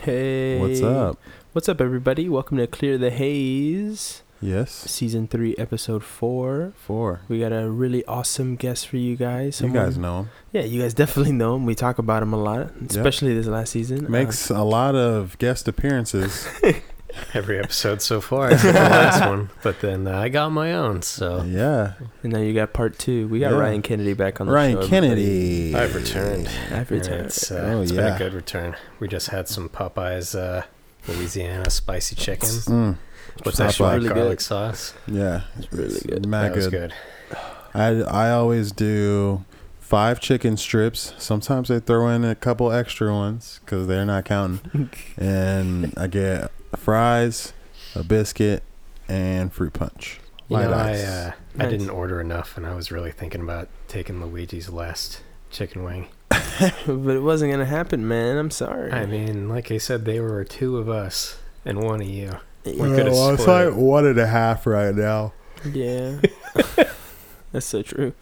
Hey. What's up? What's up, everybody? Welcome to Clear the Haze, Yes. Season 3, Episode 4. Four. We got a really awesome guest for you guys. You Someone- guys know Yeah, you guys definitely know him. We talk about him a lot, especially this last season. Uh, him. Makes a lot of guest appearances. every episode so far except the last one. But then uh, I got my own, Oh. so yeah. Uh, and now you got part two. We got Yeah. Ryan Kennedy back on the Ryan show. Kennedy. I've returned. everybody. I've returned. It's, uh, Oh, it's been yeah. a good return. We just had some Popeyes uh, Louisiana spicy chicken Mm, with that Popeye. sharp Really garlic good. sauce. yeah. It's really good. Mad that was good. Ah, good. I I always do five chicken strips. Sometimes they throw in a couple extra ones because they're not counting. and I get fries, a biscuit, and fruit punch. You Light know, I, ice. uh, I Nice. didn't order enough, and I was really thinking about taking Luigi's last chicken wing. but it wasn't going to happen, man. I'm sorry. I mean, like I said, they were two of us and one of you. yeah. we could've Uh, Well, it's like split it. one and a half right now. Yeah. That's so true.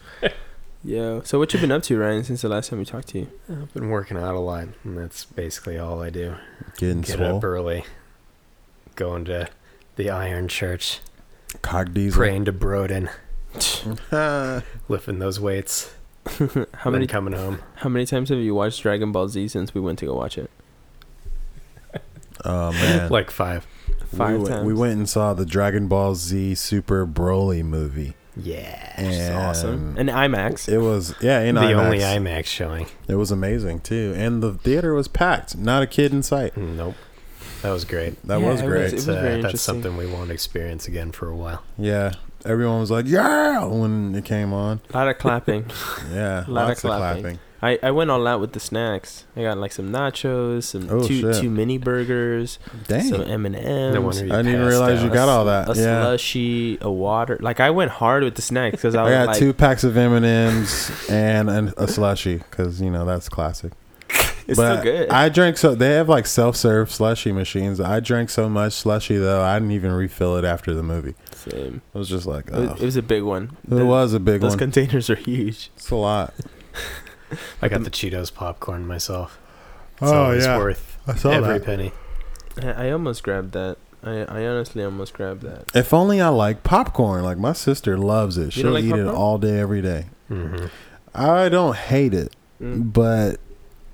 Yo. So what you been up to, Ryan, since the last time we talked to you? I've been working out a lot, and that's basically all I do. Getting Get swole. up early, going to the Iron Church, Cock diesel. praying to Broden, lifting those weights, how then many coming home. how many times have you watched Dragon Ball Z since we went to go watch it? Oh man. Like five. Five we, went- times. we went and saw the Dragon Ball Z Super Broly movie. Yeah. It's And awesome. And IMAX. Um, It was yeah, in the IMAX. only IMAX showing. It was amazing too, and the theater was packed. Not a kid in sight. Nope. That was great. That Yeah, was it was- great. it was uh, very that's interesting. something we won't experience again for a while. Yeah, everyone was like, "Yeah!" when it came on. A lot of clapping. Yeah, A lot of lots of clapping. clapping. I, I went all out with the snacks. I got like some nachos, some Oh, two shit. two mini burgers, Dang, some M and No wonder M's, you I didn't even passed realize you out. got all that. a yeah, slushy, a water. Like I went hard with the snacks because I I was got like, two packs of M and M's and an- a slushy because you know that's classic. it's but still good. I drank so they have like self serve slushy machines. I drank so much slushy though I didn't even refill it after the movie. Same. It was just like It was- ugh. It was a big one. Oh. it was a big Those one. containers are huge. It's a lot. I got the Cheetos popcorn myf. So Oh, it's yeah. worth I saw every that. penny. I, I almost grabbed that. I, I honestly almost grabbed that. If only I like popcorn. Like my sister loves it. You don't She'll like eat it popcorn? all day, every day. hmm I don't hate it, Mm. but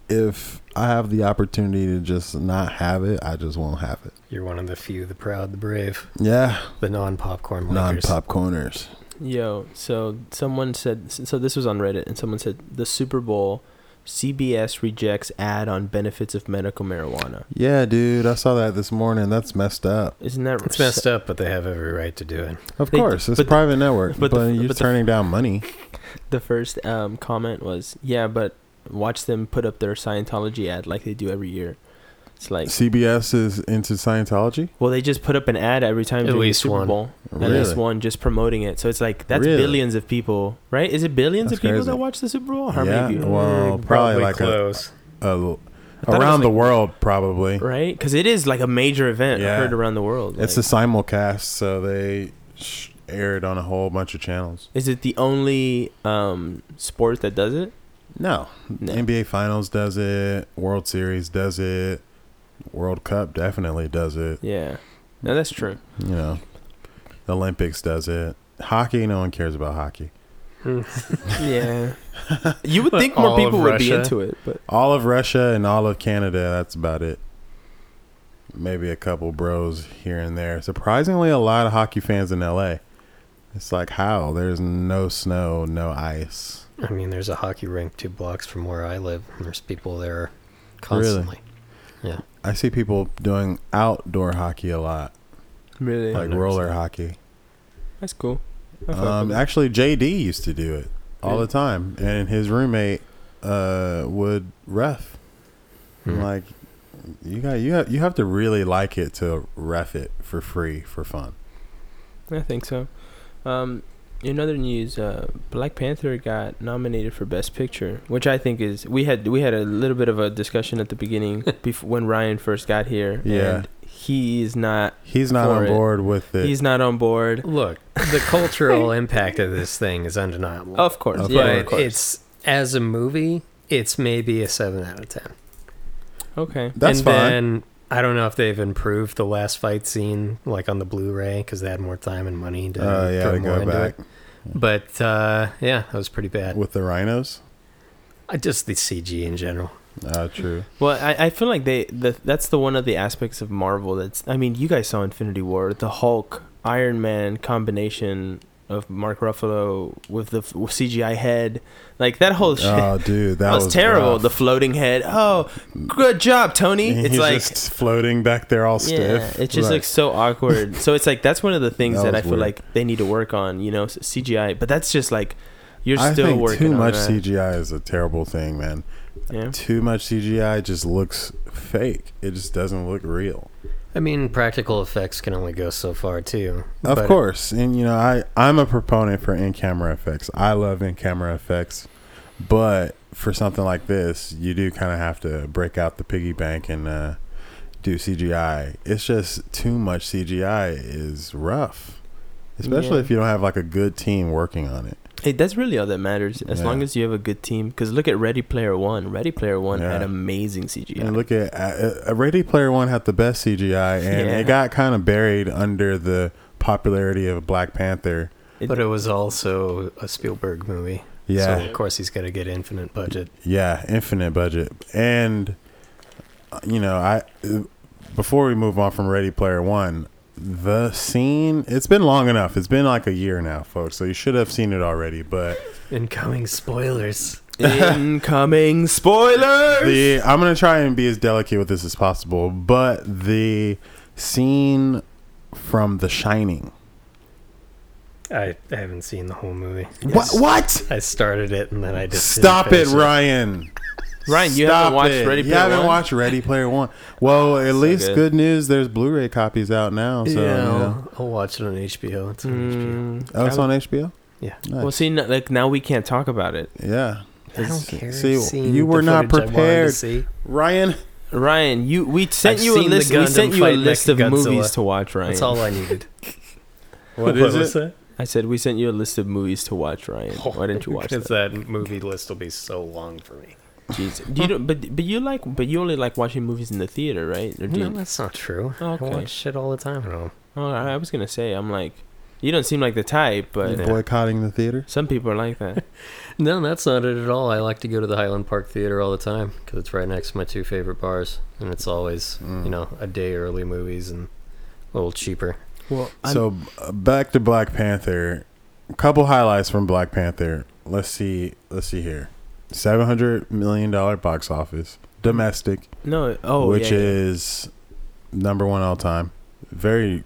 if I have the opportunity to just not have it, I just won't have it. You're one of the few, the proud, the brave, Yeah, the non-popcorn non likers. popcorners. Yo, so someone said, so this was on Reddit, and someone said the Super Bowl, CBS rejects ad on benefits of medical marijuana. Yeah, dude, I saw that this morning. That's messed up. Isn't that It's messed up, but they have every right to do it. Of They- course, it's but- private network, but, but the- you're but the- turning down money. The first um, comment was, yeah, but watch them put up their Scientology ad like they do every year. It's like, CBS is into Scientology. well, they just put up an ad every time At during the least Super one. Bowl, at least one just promoting it. So it's like that's Really? billions of people, right? Is it billions That's of people crazy. that watch the Super Bowl? How Yeah. many of you? Well, Mm, probably like a- close. Uh, thought it around was the world, probably. right? Because it is like a major event Yeah. heard around the world. It's a like, simulcast, so they sh- aired on a whole bunch of channels. is it the only um, sport that does it? No, No. NBA Finals does it. World Series does it. World Cup definitely does it. Yeah, no, that's true. You know, the Olympics does it. Hockey, no one cares about hockey. yeah, you would But think more all of people would be Russia- into it, but All of Russia and all of Canada, that's about it. Maybe a couple bros here and there. Surprisingly, a lot of hockey fans in LA. It's like, how? There's no snow, no ice. I mean, there's a hockey rink two blocks from where I live. And there's people there constantly. I see people doing outdoor hockey a lot, really, like never roller seen it. hockey. that's cool. I fuck Um, with it. actually, JD used to do it all Yeah. the time, and his roommate uh, would ref. I'm Hmm. Like, you got you have you have to really like it to ref it for free for fun. I think so. Um, in other news, uh, Black Panther got nominated for Best Picture, which I think is we had we had a little bit of a discussion at the beginning before when Ryan first got here. Yeah. and he is not He's not For on it. board with it. he's not on board. Look, the cultural impact of this thing is undeniable. Of course, Of yeah, but of course. it's as a movie, it's maybe a seven out of ten. okay. That's and fine. then I don't know if they've improved the last fight scene, like on the Blu-ray, because they had more time and money to Uh, yeah, put to more go into back it. But uh, yeah, that was pretty bad. with the rhinos. I just the CG in general. Ah, true. Well, I, I feel like they the, that's the one of the aspects of Marvel that's I mean, you guys saw Infinity War, the Hulk Iron Man combination of Mark Ruffalo with the f- CGI head, like that whole shit. Oh, dude, that that was, was terrible. rough. The floating head. Oh, good job, Tony. And It's he's like just floating back there, all stiff. it just Like, looks so awkward. so it's like that's one of the things That that, was I feel weird. like they need to work on. You know, s- CGI. But that's just like you're I still think working too on much that. CGI is a terrible thing, man. Yeah. Too much CGI just looks fake. It just doesn't look real. I mean, practical effects can only go so far too. Of But- course, and you know, I I'm a proponent for in-camera effects. I love in-camera effects, but for something like this, you do kind of have to break out the piggy bank and uh, do CGI. It's just too much CGI is rough, especially Yeah. if you don't have like a good team working on it. Hey, that's really all that matters. As Yeah. long as you have a good team. Because look at Ready Player One. Ready Player One had Yeah. amazing CGI. And look at uh, uh, Ready Player One had the best CGI, and Yeah. it got kind of buried under the popularity of Black Panther. But it was also a Spielberg movie. Yeah, So of course he's got to get infinite budget. Yeah, infinite budget. And uh, you know, I uh, before we move on from Ready Player 1, the scene, it's been long enough. It's been like a year now, folks. So you should have seen it already, but Incoming spoilers. Incoming spoilers. the I'm going to try and be as delicate with this as possible, but the scene from The Shining. I I haven't seen the whole movie. What what? I started it and then I just didn't Stop it, finish Ryan. Ryan, you haven't watched Ready You Player haven't One? watched Ready Player One. Well, So at least good. good. news. There's Blu-ray copies out now. So yeah, you I'll, know. I'll watch it on HBO. It's on HBO. Mm, oh, it's I- on HBO. Yeah. Nice. Well, see, n- like now we can't talk about it, yeah, I don't It's- care. see, I've seen you the were not footage I wanted to prepared. see. Ryan. Ryan. You we sent I've you a seen the list. We Gundam sent you a fight list of Mechagodzilla. movies to watch, Ryan. That's all I needed. What is was it? that? I said we sent you a list of movies to watch, Ryan. Why didn't you watch Because that? that movie list will be so long for me. Jeez. Do you don't, but but you like but you only like watching movies in the theater, right? Or do No, you, that's not true. Okay. I watch shit all the time at home. oh, I I was gonna say I'm like, you don't seem like the type, but You boycotting the theater. some people are like that. No, that's not it at all. I like to go to the Highland Park Theater all the time because it's right next to my two favorite bars, and it's always Mm. you know a day early movies and a little cheaper. Well, So uh, back to Black Panther. A couple highlights from Black Panther. Let's see. Let's see here. Seven hundred million dollar box office domestic, no, oh, which yeah, yeah. is number one all time. Very,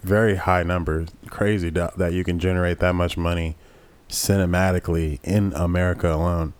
very high number. Crazy do- that you can generate that much money cinematically in America alone.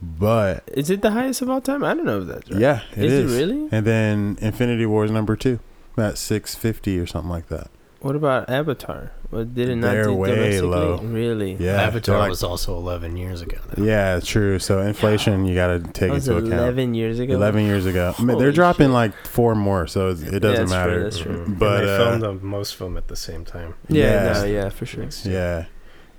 But Is it the highest of all time? I don't know if that's right. yeah, it is, is. it really? And then Infinity War is number two at six fifty or something like that. What about Avatar? Well, did it not They're do way domestically? low. Really? Yeah, Avatar they're like- was also 11 years ago. Though. Yeah, true. So inflation, you got to That take was into account. 11 years ago. Eleven years ago, I mean, Holy they're dropping shit. like four more, so it's, it doesn't that's true, matter. that's Mm-hmm. true. But, and they uh, filmed the most of them at the same time. Yeah, Yeah. no, yeah, for sure. Yeah,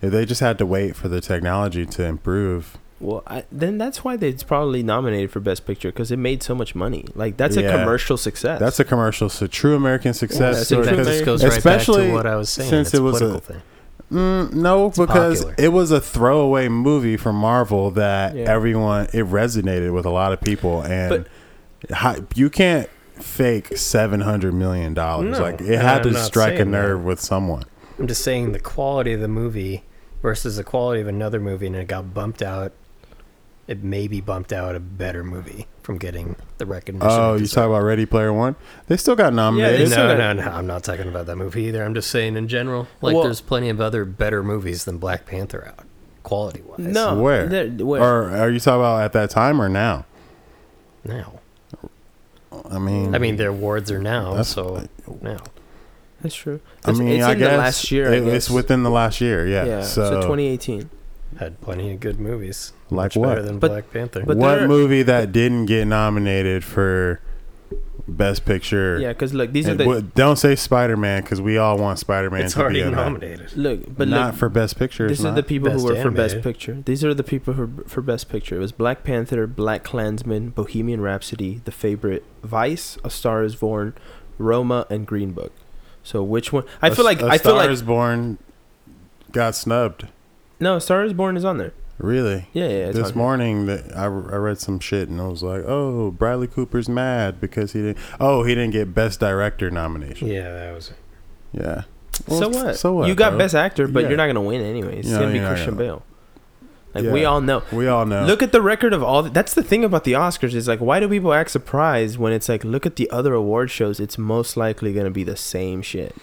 If they just had to wait for the technology to improve. Well, I, then that's why they- it's probably nominated for Best Picture because it made so much money. Like that's a Yeah. commercial success. That's a commercial, so true American Yeah, success that's story. a true 'cause- American- this goes right back especially to what I was saying. since it's it was a- political thing. Mm, no, because popular. it was a throwaway movie from Marvel that Yeah. everyone it resonated with a lot of people, and hi- you can't fake seven hundred million dollars. No, like it had I'm to not strike a saying that. nerve with someone. I'm just saying the quality of the movie versus the quality of another movie, and it got bumped out. It maybe bumped out a better movie from getting the recognition. Oh, it you talk about Ready Player One? They still got they nominated. still no, got- no, no. I'm not talking about that movie either. I'm just saying in general. Like, Well- there's plenty of other better movies than Black Panther out, quality wise. no Where? there- where? or are you talking about at that time or now? Now. I mean, I mean, their awards are now, That's- so now. that's true. I It's- mean, it's I in guess the last year. I it- guess. it's within the last year. Yeah. so, 2018. Had plenty of good movies. Like much what? Better than But- Black Panther. but what there- movie that didn't get nominated for Best Picture. Yeah, because look, these are And the w- don't say Spider Man because we all want Spider Man it's to be already in that. nominated. look, but not look, for Best Picture. it's these are not. the people who Best were for Best Animated. Picture. These are the people who were for Best Picture. It was Black Panther, Black Klansman, Bohemian Rhapsody, The Favorite, Vice, A Star Is Born, Roma, and Green Book. So which one? I A feel like S- A I feel Star like Is Born got snubbed. no, A Star Is Born is on there. Really? Yeah, yeah. It's this on there. morning, that I, I read some shit and I was like, "Oh, Bradley Cooper's mad because he didn't. Oh, he didn't get Best Director nomination. Yeah, that was. Yeah. so Well, what? So what? You got bro? Best Actor, but Yeah. you're not gonna win anyway. It's No, gonna be you're not Christian gonna- Bale. Like we Yeah. all know. We all know. Look at the record of all. that's the thing about the Oscars is like, why do people act surprised when it's like, look at the other award shows. It's most likely gonna be the same shit.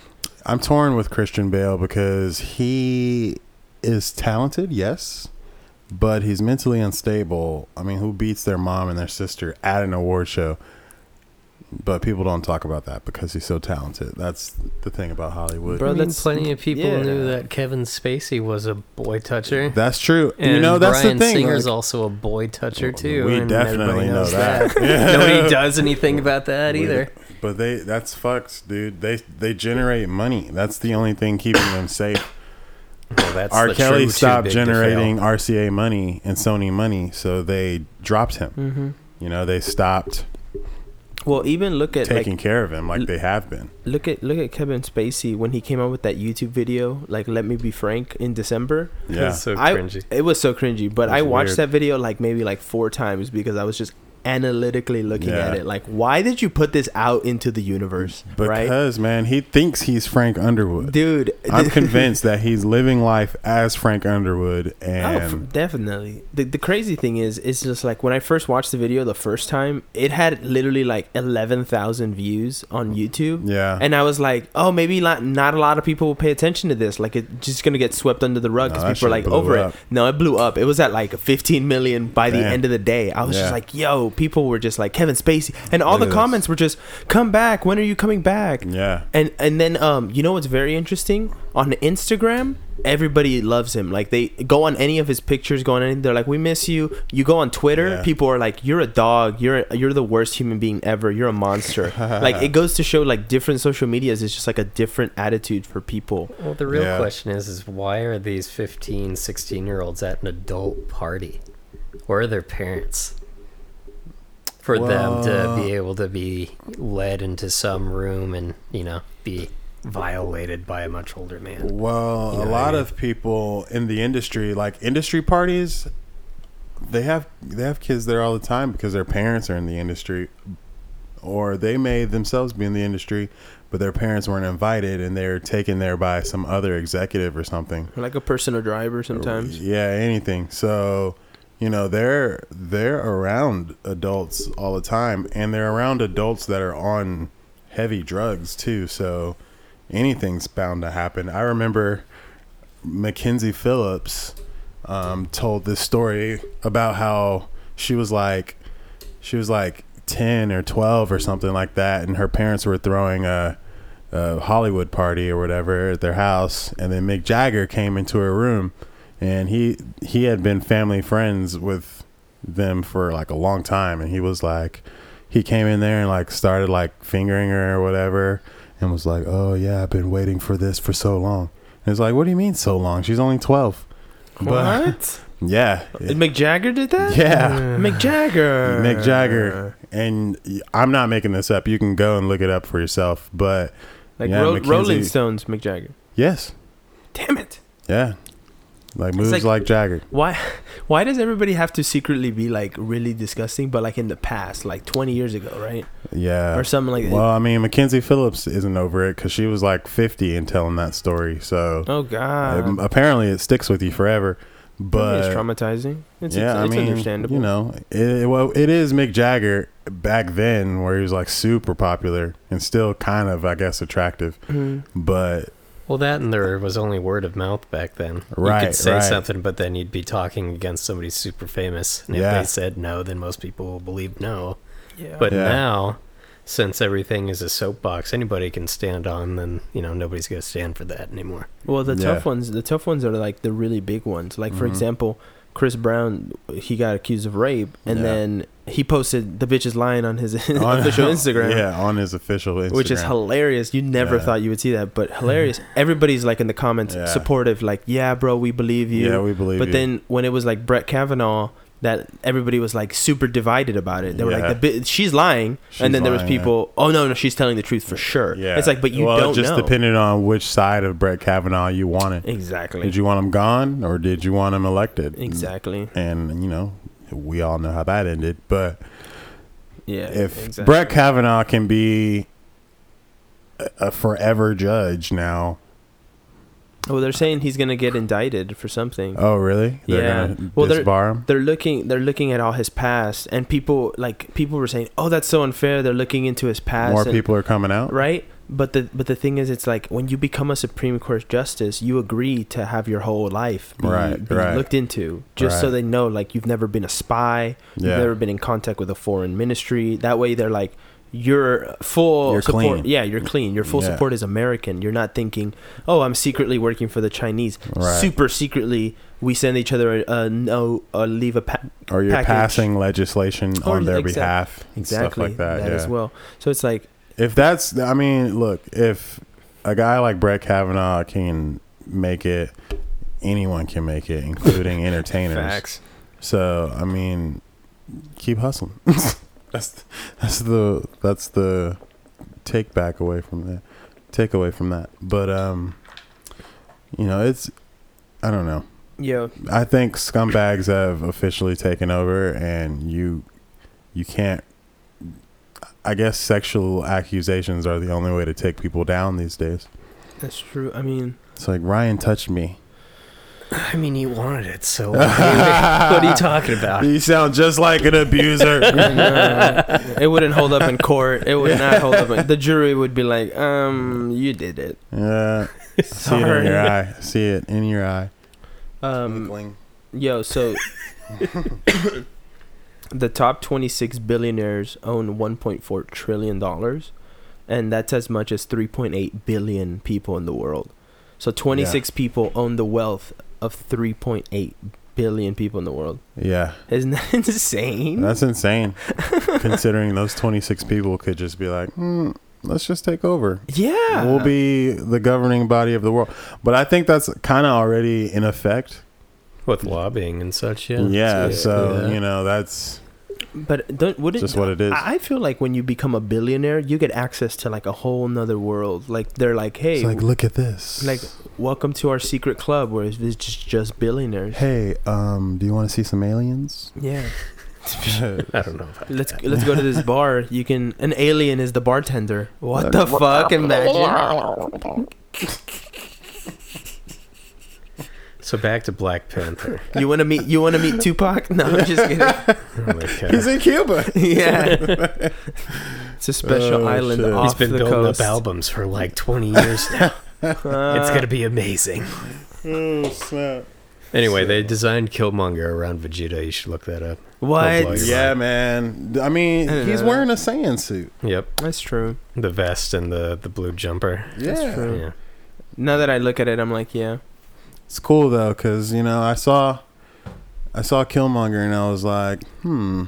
I'm torn with Christian Bale because he is talented, yes, but he's mentally unstable. I mean, who beats their mom and their sister at an award show? But people don't talk about that because he's so talented. That's the thing about Hollywood. Bro, I mean, that's- plenty of people yeah. knew that Kevin Spacey was a boy toucher. That's true. And you know, that's Brian the thing. Singer's like, also a boy toucher Well, too. we and definitely everybody know knows that. Nobody does anything about that We- either. but they that's fucked, dude. They they generate money. That's the only thing keeping them safe. Well, that's R. the true Kelly too stopped big to fail. generating RCA money and Sony money, so they dropped him. Mm-hmm. You know, they stopped Well, even look at taking like care of him like L- they have been. look at look at Kevin Spacey when he came out with that YouTube video, like "Let Me Be Frank" in December. Yeah. It's so I- cringy. It was so cringy, but It I was watched weird. that video like maybe like four times because I was just analytically looking Yeah. at it. Like, why did you put this out into the universe? right, Because man, he thinks he's Frank Underwood. dude. I'm convinced that he's living life as Frank Underwood Oh, f- and definitely. The, the crazy thing is, it's just like when I first watched the video the first time, it had literally like 11,000 views on Mm. YouTube. yeah. And I was like, oh, maybe not, not a lot of people will pay attention to this. Like, it's just going to get swept under the rug No, because that people are like shit blew over up. it. No, it blew up. It was at like 15 million by the Damn. end of the day. I was Yeah. just like, yo, people were just like, Kevin Spacey. And all Look the at this. comments were just, come back. When are you coming back? yeah. And and then um, you know what's very interesting on Instagram, everybody loves him. Like they go on any of his pictures, go on anything. They're like, "We miss you." You go on Twitter, Yeah. people are like, "You're a dog. You're you're the worst human being ever. You're a monster." like it goes to show like different social medias is just like a different attitude for people. Well, the real Yeah. question is, is why are these 15, 16 year olds at an adult party? Where are their parents? For them to Well- be able to be led into some room and, you know, be violated by a much older man. Well, You know what a I lot mean? of people in the industry, like industry parties, they have they have kids there all the time because their parents are in the industry, or they may themselves be in the industry, but their parents weren't invited and they're taken there by some other executive or something. Like a personal driver sometimes. Yeah, anything. So, you know, they're they're around adults all the time and they're around adults that are on heavy drugs too. So, anything's bound to happen. I remember Mackenzie Phillips um, told this story about how she was like she was like 10 or 12 or something like that and her parents were throwing a, a hollywood party or whatever at their house and then mick jagger came into her room and he he had been family friends with them for like a long time and he was like he came in there and like started like fingering her or whatever and was like oh yeah i've been waiting for this for so long and it's like what do you mean so long she's only 12 Oh, but What? yeah Mick Jagger did that? yeah Mick Jagger. Mick Jagger. And y- I'm not making this up. You can go and look it up for yourself. But Like Yeah, Ro- Mackenzie- Rolling Stones, Mick Jagger. yes, Damn it. yeah, like moves like- like, Jagger. Why why does everybody have to secretly be like really disgusting but like in the past like 20 years ago, right? Yeah. or something like Uh, Well, I mean, Mackenzie Phillips isn't over it because she was like 50 and telling that story. So that. Oh god. um, apparently, it sticks with you forever. it's But traumatizing. It's it's, yeah, it's I mean, understandable. you know, it, well, it is Mick Jagger back then, where he was like super popular and still kind of, I guess, attractive. Mhm. But Well, that and there was only word of mouth back then. You Right, could say right. something, but then you'd be talking against somebody super famous. And Yeah. if they said no, then most people will believe no. Yeah. But Yeah. now, since everything is a soapbox anybody can stand on, then you know nobody's gonna stand for that anymore. well, the Yeah. tough ones, the tough ones are like the really big ones. Like for Mhm. example, Chris Brown, he got accused of rape and Yeah. then he posted the bitch is lying on his official Instagram. Yeah, on his official Instagram. Which is hilarious. You never Yeah. thought you would see that, but hilarious. Everybody's like in the comments Yeah. supportive, like, yeah, bro, we believe you. Yeah, we believe. but you. then when it was like Brett Kavanaugh, that everybody was like super divided about it. They were Yeah. like, the bi- she's lying. She's and then there was lying, yeah. people, oh, no, no, she's telling the truth for sure. Yeah, It's like, but you well, it don't just know. depending on which side of Brett Kavanaugh you wanted. Exactly. Did you want him gone or did you want him elected? exactly. And you know, we all know how that ended. But Yeah. if exactly. Brett Kavanaugh can be a- a forever judge now, Well, they're saying he's going to get indicted for something. oh really? They're Yeah. gonna Well, they're- disbar him. they're looking they're looking at all his past and people like people were saying oh that's so unfair they're looking into his past More and- people are coming out. right but the but the thing is it's like when you become a supreme court justice you agree to have your whole life be, Right, be right. looked into just so Right. they know like you've never been a spy Yeah. you've never been in contact with a foreign ministry that way they're like you're full You're support clean. yeah you're clean your full Yeah. support is american you're not thinking oh i'm secretly working for the chinese Right. super secretly we send each other a, a no a leave a pa- Or you're package. passing legislation Or on their exac- behalf. and Oh, exactly Stuff like that. that yeah. as well so it's like If that's, I mean, look, if a guy like Brett Kavanaugh can make it, anyone can make it, including entertainers. So, I mean, keep hustling. that's that's the that's the take back away from that. Take away from that. But um, you know, it's I don't know. yeah I think scumbags have officially taken over, and you you can't. I guess sexual accusations are the only way to take people down these days. that's true i mean It's like Ryan touched me. I mean, he wanted it so. what are you talking about? You sound just like an abuser. No, it wouldn't hold up in court. It would not hold up. In, the jury would be like, um, you did it. yeah, Uh, see it in your eye. See it in your eye. Um, yo, so the top 26 billionaires own 1.4 trillion dollars, and that's as much as 3.8 billion people in the world. So 26 people own the wealth of 3.8 billion people in the world. Yeah, Isn't that insane? that's insane. Considering those twenty six people could just be like, hmm, let's just take over. yeah. will be the governing body of the world. But I think that's kind of already in effect. With lobbying and such, yeah. Yeah. so Yeah. you know that's But uh, don't wouldn't just what it is. I I feel like when you become a billionaire, you get access to like a whole nother world. Like they're like, hey, it's like look at this. like, welcome to our secret club where it's it's just just billionaires. hey, um, do you want to see some aliens? Yeah, I don't know. About let's let's go to this bar. You can an alien is the bartender. What the fuck? Imagine. So back to Black Panther. You want to meet you want to meet Tupac? No, I'm just kidding. Oh my God. He's in Cuba. yeah, it's a special Oh, island shit. off He's been the building coast. up albums for like 20 years now. it's Uh, going to be amazing. oh snap! Anyway, they designed Killmonger around Vegeta. You should look that up. blow what? your Yeah, man. I mean, he's wearing a Saiyan suit. Yep. That's true. The vest and the, the blue jumper. That's Yeah, true. Yeah. Now that I look at it, I'm like, yeah. it's cool though, cause you know I saw, I saw Killmonger and I was like, hmm,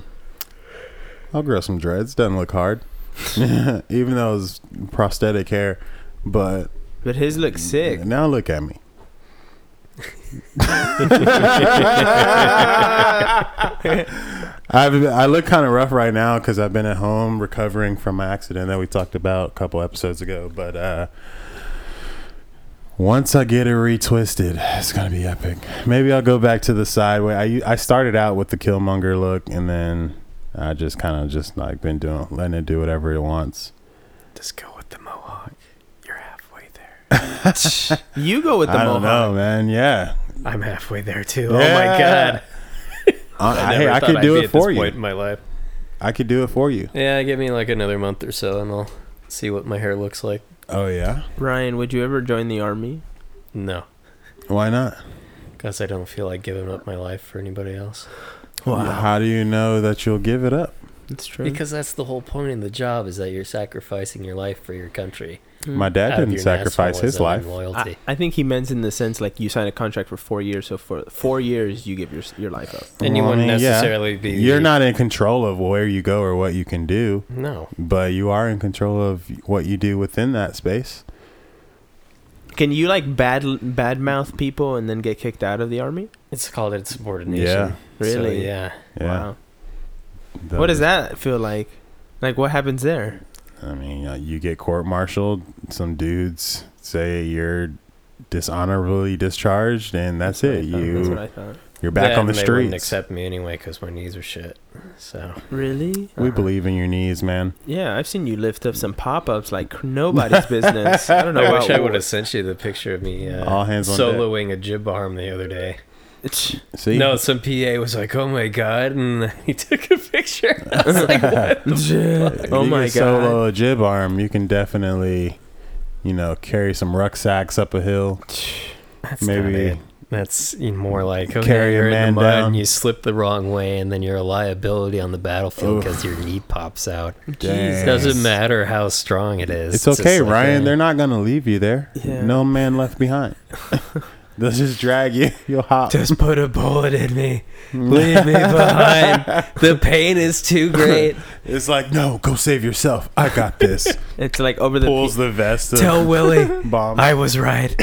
I'll grow some dreads. Doesn't look hard, even though it's prosthetic hair. But But his looks sick. Now look at me. I've, I look kind of rough right now because I've been at home recovering from my accident that we talked about a couple episodes ago. But uh, once I get it retwisted, it's gonna be epic. Maybe I'll go back to the side way. I u- I started out with the Killmonger look, and then I just kind of just like been doing letting it do whatever it wants. Just go with the mohawk. You're halfway there. You go with the I don't mohawk. know, man. Yeah, I'm halfway there too. Oh, Yeah. I, hey, never I thought could I'd do be it at this for you. point in my life. I could do it for you. Yeah, give me like another month or so and I'll see what my hair looks like. Oh yeah. Ryan, would you ever join the army? No, Why not? because I don't feel like giving up my life for anybody else. How do you know that you'll give it up? That's true. Because that's the whole point of the job is that you're sacrificing your life for your country. Mm. My dad out of didn't your sacrifice his nationalism and life. Loyalty. I, I think he meant in the sense like you sign a contract for four years, so for four years you give your your life up. Well, and you I wouldn't mean, yeah. necessarily be. You're not in control of where you go or what you can do, No. but you are in control of what you do within that space. Can you like bad badmouth people and then get kicked out of the army? It's called insubordination. Yeah. So, Really? yeah. Yeah. Wow. What does that feel like? Like what happens there? I mean, uh, you get court-martialed. Some dudes say you're dishonorably discharged, and that's what I it. thought. That's what You I thought. you're back Then on the they wouldn't streets. accept me anyway because my knees are shit. So Really? Uh, We believe in your knees, man. Yeah, I've seen you lift up some pop ups like nobody's business. I don't know. I about wish I what- would have sent you the picture of me uh, All hands on deck. soloing a jib arm the other day. It's- See, No, some PA was like, "Oh my god," and he took a picture. I was like, "What?" If oh you my god. can Solo a jib arm, you can definitely, you know, carry some rucksacks up a hill. That's not Maybe it. That's more like okay, Carry a Your You're in the man mud down. and you slip the wrong way, and then you're a liability on the battlefield Oof. because your knee pops out. Dang. It doesn't matter how strong it is. It's, okay, just like, Ryan. eh, They're not gonna leave you there. Yeah. No man left behind. They'll just drag you. You'll hop. just put a bullet in me. Leave me behind. The pain is too great. It's like, no, go save yourself. I got this. It's like over the Pulls the vest. of Tell Willie bomb. I was right.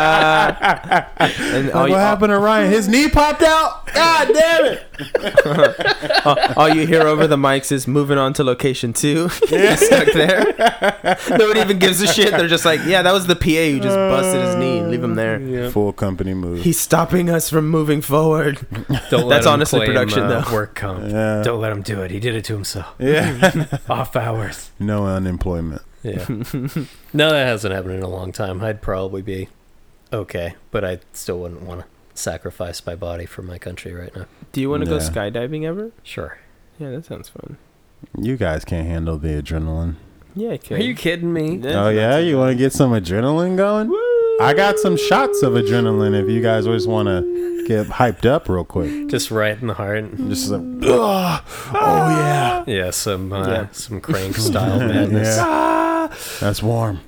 and all Oh, Like, you, what all, happened to Ryan? His knee popped out. God damn it! all you hear over the mics is moving on to location two. You're stuck there. Nobody even gives a shit. They're just like, yeah, that was the PA who just busted his knee. Leave him there. Full company move. He's stopping us from moving forward. Don't That's him honestly production, uh, though. Work comp. Yeah. Don't let him do it. He did it to himself. yeah. Off hours. no unemployment. Yeah. no, that hasn't happened in a long time. I'd probably be okay, but I still wouldn't want to sacrifice my body for my country right now. Do you want to go Yeah. skydiving ever? Sure. Yeah, that sounds fun. You guys can't handle the adrenaline. Yeah, kid. Are you kidding me? That's oh not yeah, too you bad. want to get some adrenaline going? I got some shots of adrenaline if you guys just want to get hyped up real quick. Just right in the heart. Just like, "Ugh, oh yeah, Yeah, some uh, Yeah. some crank style madness. Yeah. that's warm.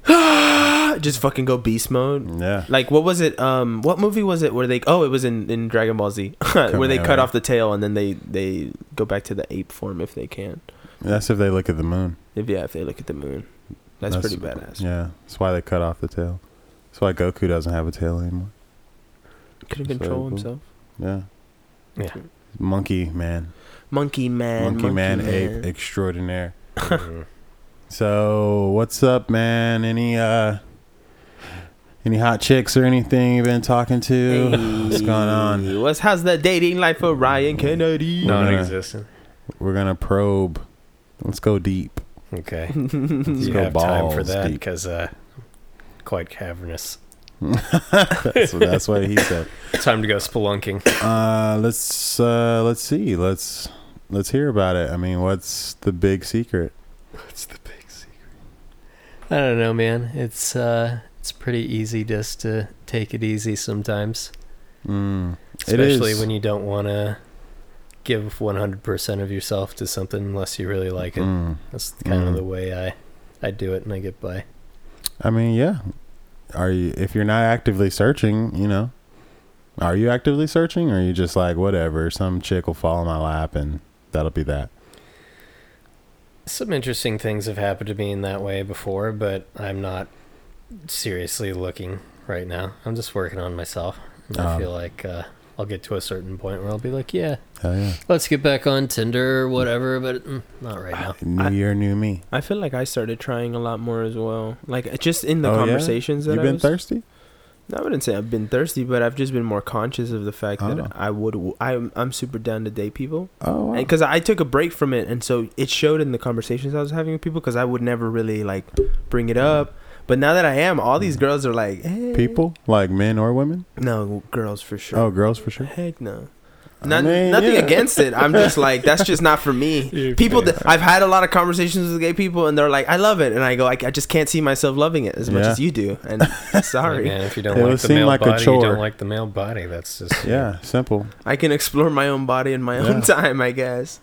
just fucking go beast mode. Yeah, Like what was it? Um, what movie was it where they? Oh, it was in, in Dragon Ball Z, where they cut Kamehameha. off the tail and then they they go back to the ape form if they can. that's if they look at the moon. If yeah, if they look at the moon, that's, That's- pretty badass. Yeah, that's why they cut off the tail. That's why Goku doesn't have a tail anymore. Could not That's control very cool. himself. Yeah, Yeah. monkey man, Monkey man, monkey, man, ape extraordinaire. Mm. So what's up, man? Any uh, any hot chicks or anything you've been talking to? What's going on? Hey, What's how's the dating life for Ryan Kennedy? No. Non-existent. We're gonna probe. Let's go deep. Okay. Let's Do you go have time for balls that? deep. Because uh, quite cavernous. that's, that's what he said. Time to go spelunking. Uh, let's uh, let's see. Let's let's hear about it. I mean, what's the big secret? What's the big secret? I don't know, man. It's uh, it's pretty easy just to take it easy sometimes, Mm. It is. especially when you don't want to give 100% of yourself to something unless you really like it. Mm. That's kind Mm. of the way I I do it and I get by. I mean, yeah. Are you if you're not actively searching, you know? Are you actively searching, or are you just like whatever? Some chick will fall in my lap, and that'll be that. Some interesting things have happened to me in that way before, but I'm not seriously looking right now. I'm just working on myself. And I Um. feel like uh, I'll get to a certain point where I'll be like, yeah, Hell yeah! let's get back on Tinder or whatever, but mm, not right now. New I- year, new me. I feel like I started trying a lot more as well. Like just in the Oh, yeah? conversations that You've I've been thirsty? I wouldn't say I've been thirsty, but I've just been more conscious of the fact Oh. that I would. I'm I'm super down to date people Oh, wow. because I took a break from it, and so it showed in the conversations I was having with people because I would never really like bring it up. But now that I am, all these Mm. girls are like, hey. people like men or women? No, girls for sure. Oh, girls for sure. Heck no. Not, mean, nothing yeah. against it. I'm just like that's just not for me. You're People, fair. that, I've had a lot of conversations with gay people, and they're like, "I love it," and I go, "I, I just can't see myself loving it as much Yeah. as you do." And sorry, man, if you don't It would like the seem male like a body, you chore. don't like the male body. That's just Yeah, simple. I can explore my own body in my Yeah. own time. I guess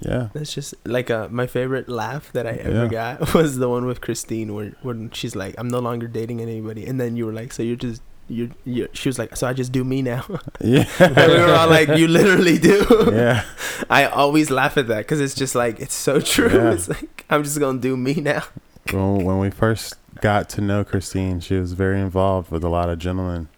Yeah. that's just like uh, my favorite laugh that I ever got was the one with Christine, where when she's like, "I'm no longer dating anybody," and then you were like, "So you're just." You're, you're, she was like, so I just do me now. and we Yeah. were all like, you literally do. yeah. I always laugh at that because it's just like it's so true. Yeah. It's like I'm just gonna do me now. When, when we first got to know Christine, she was very involved with a lot of gentlemen.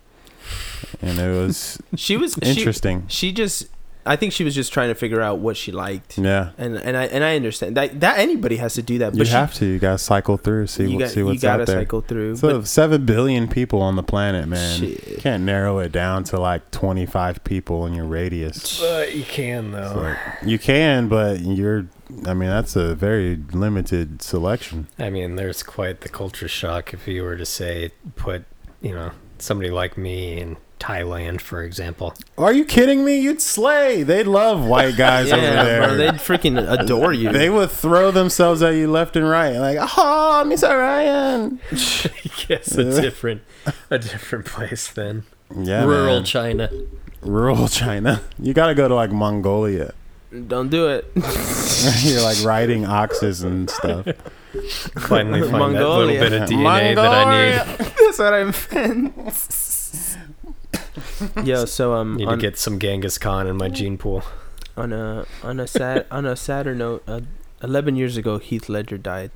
And it was She was she, interesting. she just I think she was just trying to figure out what she liked. yeah. And and I and I understand that that anybody has to do that. But You she, have to. You got to cycle through, see, you, what, got, see you what's gotta out there. cycle through. So, 7 billion people on the planet, but man. You shit. can't narrow it down to like 25 people in your radius. But you can though. It's like, you can, but you're, I mean, that's a very limited selection. I mean, there's quite the culture shock if you were to say put, you know, somebody like me in Thailand, for example. Are you kidding me? You'd slay. They love white guys yeah, over there. bro, they'd freaking adore you. They would throw themselves at you left and right, like, oh, Mr. Ryan. yes, a different, a different place than Yeah, rural rural, China. rural China. You got to go to like Mongolia. Don't do it. You're like riding oxes and stuff. Finally, find Mongolia. that little bit of DNA that I need. That's what I meant. Yo, so um, Need on, to get some Genghis Khan in my gene pool. on a on a sad on a sadder note, uh, eleven years ago, Heath Ledger died.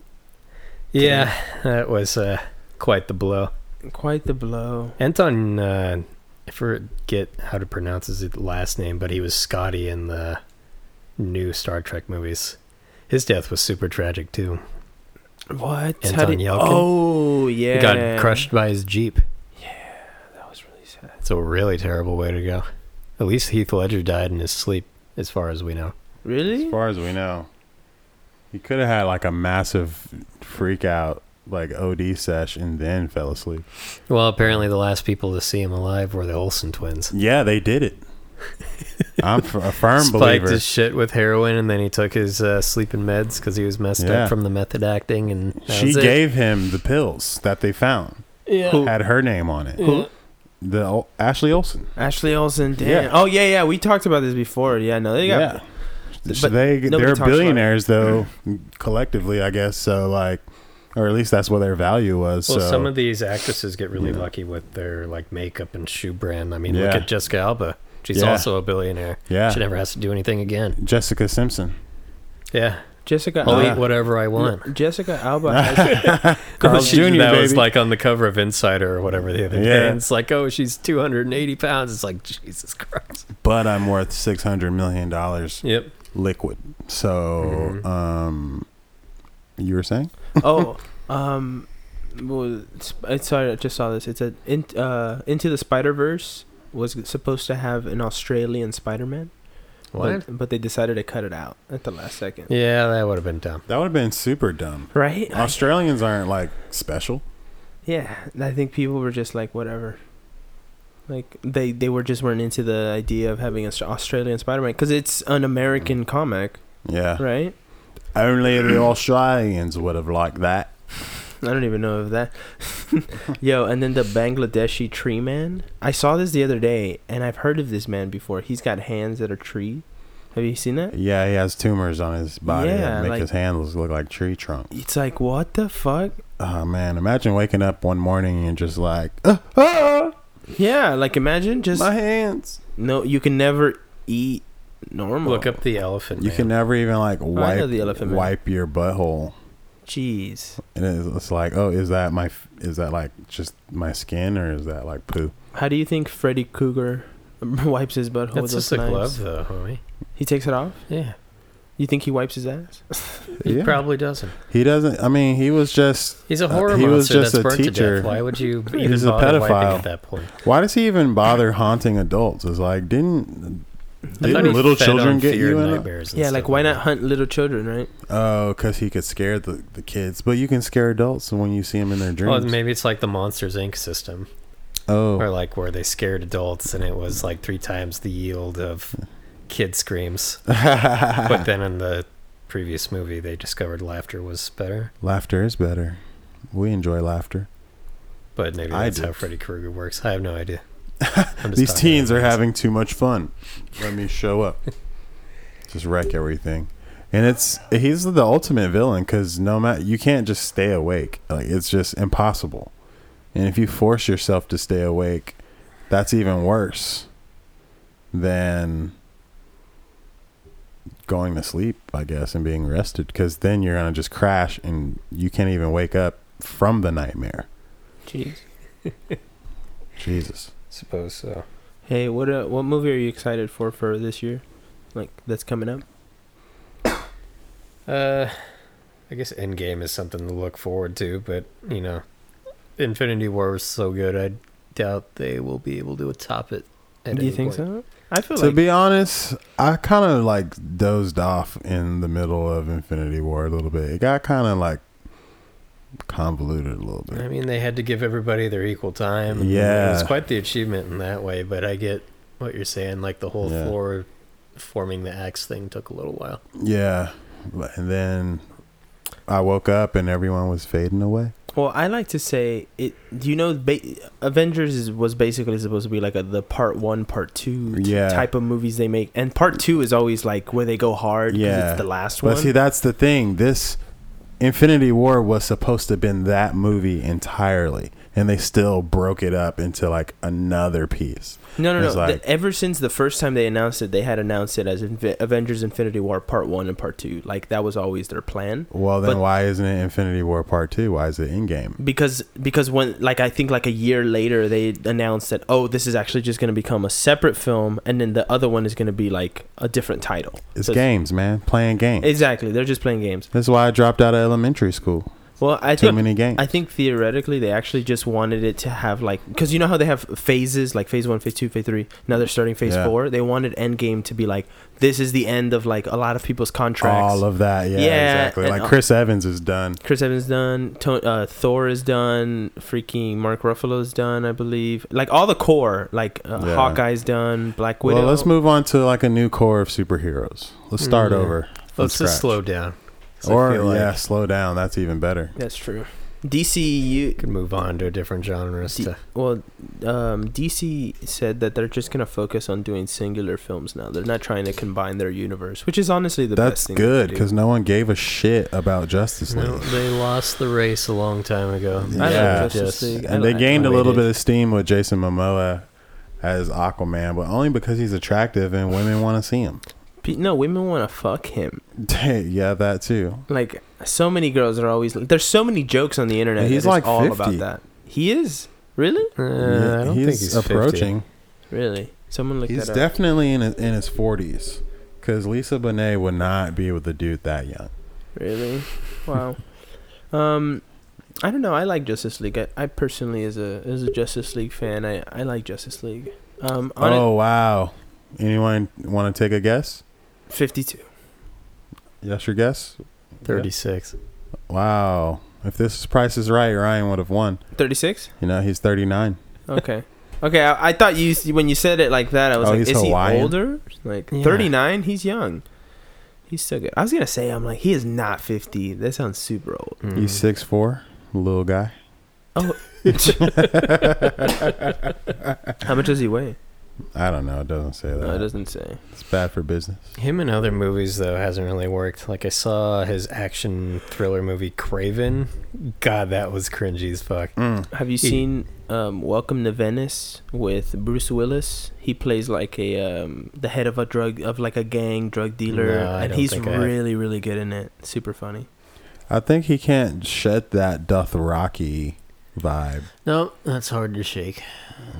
Yeah, that was uh, quite the blow. Quite the blow. Anton, uh, I forget how to pronounce his last name, but he was Scotty in the new Star Trek movies. His death was super tragic too. What? Anton How did- Yelchin? Oh yeah. He got crushed by his Jeep. That was really sad. It's a really terrible way to go. At least Heath Ledger died in his sleep, as far as we know. Really? As far as we know, he could have had like a massive freak out, like OD sesh, and then fell asleep. Well, apparently the last people to see him alive were the Olsen twins. Yeah, they did it. I'm f- a firm Spiked believer. his shit with heroin, and then he took his uh, sleeping meds because he was messed Yeah. up from the method acting. And that She was it. gave him the pills that they found, yeah. Who- had her name on it. Yeah. The Ol- Ashley Olsen. Ashley Olsen. Damn. Yeah. Oh yeah, yeah. We talked about this before. Yeah. No, they got. yeah. So but they nobody they're talks about it. billionaires though, collectively, I guess. So like, or at least that's what their value was. Well, so some of these actresses get really Yeah. lucky with their like makeup and shoe brand. I mean, look Yeah. at Jessica Alba; she's Yeah. also a billionaire. yeah, She never has to do anything again. Jessica Simpson, Yeah, Jessica. I'll Alba. eat whatever I want. Jessica Alba. Has, Carl She- Jr. That baby. was like on the cover of Insider or whatever the other day. Yeah. And it's like, oh, she's 280 pounds. It's like, Jesus Christ. but I'm worth six hundred million dollars Yep. liquid. So, Mm-hmm. Mhm. um, you were saying? oh. Um. Well, it's, it's- sorry, I just saw this. It's a in, uh, Into the Spider Verse was supposed to have an Australian Spider Man, What? But, but they decided to cut it out at the last second. Yeah, that would have been dumb. That would have been super dumb. Right? Australians aren't like special. Yeah, and I think people were just like whatever. Like they they were just weren't into the idea of having an Australian Spider-Man because it's an American comic, Yeah, right? only the Australians would have liked that. I don't even know of that. Yo, and then the Bangladeshi tree man. I saw this the other day, and I've heard of this man before. He's got hands that are tree. Have you seen that? Yeah, he has tumors on his body Yeah, that make like- his handles look like tree trunks. It's like what the fuck? Oh man, imagine waking up one morning and just like, ah, ah, Yeah, like imagine just my hands. no. You can never eat normal. Look up the elephant. You man. can never even like know wipe the elephant man. wipe your butthole, Jeez. and it's, it's like, oh, is that my f- is that like just my skin or is that like poo? How do you think Freddy Cougar wipes his butthole with That's those just a knives? glove, though, homie. He takes it off. Yeah. You think he wipes his ass? He Yeah. probably doesn't. He doesn't. I mean, he was just. He's a Uh, horror he was monster just that's a burnt to teacher. death. Why would you He's even a bother wiping pedophile. at that point? Why does he even bother haunting adults? It's like, didn't I thought didn't he little fed children on get fear you and in it? nightmares and yeah, stuff like why not hunt little children, right? Oh, because he could scare the, the kids, but you can scare adults when you see them in their Well, dreams. maybe Oh, it's like the Monsters Inc. system, oh, or like where they scared adults, and it was like three times the yield of kid screams. but laughter then in the previous movie, they discovered laughter was better. is better. We enjoy laughter. But maybe I that's how did. Freddy Krueger works. I have no idea. I'm just These talking teens out are of my ass. having too much fun. Let me show up. just wreck everything. And it's he's the ultimate villain because no matter you can't just stay awake. Like it's just impossible. And if you force yourself to stay awake, that's even worse than going to sleep, I guess, and being rested. Because then you're gonna just crash and you can't even wake up from the nightmare. Jeez. Jesus. Suppose so. Hey, what uh, what movie are you excited for for this year? Like that's coming up. Uh, I guess Endgame is something to look forward to, but you know, Infinity War was so good. I doubt they will be able to top it. at Do you any think so? point. I feel to like be honest, I kind of like dozed off in the middle of Infinity War a little bit. It got kind of like convoluted a little I bit. mean, they had to give everybody their equal time. and it was Yeah. quite the achievement in that way. But I get what you're saying. Like the whole Yeah. floor forming the axe thing took a little while. Yeah, But- and then I woke up and everyone was fading away. Well, I like to say it. Do you know ba- Avengers is, was basically supposed to be like a, the part one, part two t- Yeah. type of movies they make, and part two is always like where they go hard. 'cause Yeah. it's the last But one. see, that's the thing. This Infinity War was supposed to have been that movie entirely, and they still broke it up into like another piece. no, no, no. it's The- like- ever since the first time they announced it, they had announced it as Invi- Avengers: Infinity War Part One and Part Two. Like that was always their plan. Well, then But- why isn't it Infinity War Part Two? Why is it Endgame? because because when like I think like a year later they announced that oh this is actually just going to become a separate film and then the other one is going to be like a different title. It's So games, man. Playing games. Exactly, they're just playing games. That's why I dropped out of elementary school. Well, I Too think many games. I think theoretically they actually just wanted it to have like because you know how they have phases like phase one, phase two, phase three. Now they're starting phase Yeah. four. They wanted Endgame to be like this is the end of like a lot of people's contracts. All of that, yeah, Yeah, exactly. and Like all- Chris Evans is done. Chris Evans done, to- uh, Thor is done, freaking Mark Ruffalo's done, I believe. Like all the core, like uh, Yeah. Hawkeye's done, Black Widow. Well, let's move on to like a new core of superheroes. Let's start Mm. over. from Let's just scratch. slow down. 'cause I Or feel like yeah, slow down. That's even better. That's true. DCU, we could move on to different genres. D- to, well, um, DC said that they're just gonna focus on doing singular films now. They're not trying to combine their universe, which is honestly the That's best thing. good because because no one gave a shit about Justice League, no, they lost the race a long time ago. I like Yeah. Justice League. I and they like- gained a I little waited. bit of steam with Jason Momoa as Aquaman, but only because he's attractive and women want to see him. No, women want to fuck him. yeah, that too. Like so many girls are always. There's so many jokes on the internet. He's that is like all 50. about that. He is really, Uh, I don't he's think he's approaching. approaching. really. Someone looked He's that up. definitely in his, in his 40s because Lisa Bonet would not be with a dude that young. Really? Wow. um, I don't know. I like Justice League. I, I personally, as a as a Justice League fan, I, I like Justice League. Um, on oh, wow. Anyone want to take a guess? it, 52. Yes, your guess? 36. Wow. If this price is right, Ryan would have won. 36? You know, he's 39. Okay. Okay, I, I thought you when you said it like that, I was Oh, like, he's is Hawaiian? he older? Like Yeah. 39? He's young. He's still good. I was gonna say, I'm like, he is not 50. That sounds super old. Mm. He's six four, little guy. How much does he weigh? I don't know. It doesn't Uh, say that. No, it doesn't say. It's bad for business. Him in other movies though hasn't really worked. Like I saw his action thriller movie Craven. God, that was cringy as fuck. Have you He- seen um, Welcome to Venice with Bruce Willis? He plays like a um, the head of a drug of like a gang drug dealer, No, I and don't he's think I have. really really good in it. Super funny. I think he can't shed that Dothraki vibe. No, that's hard to shake.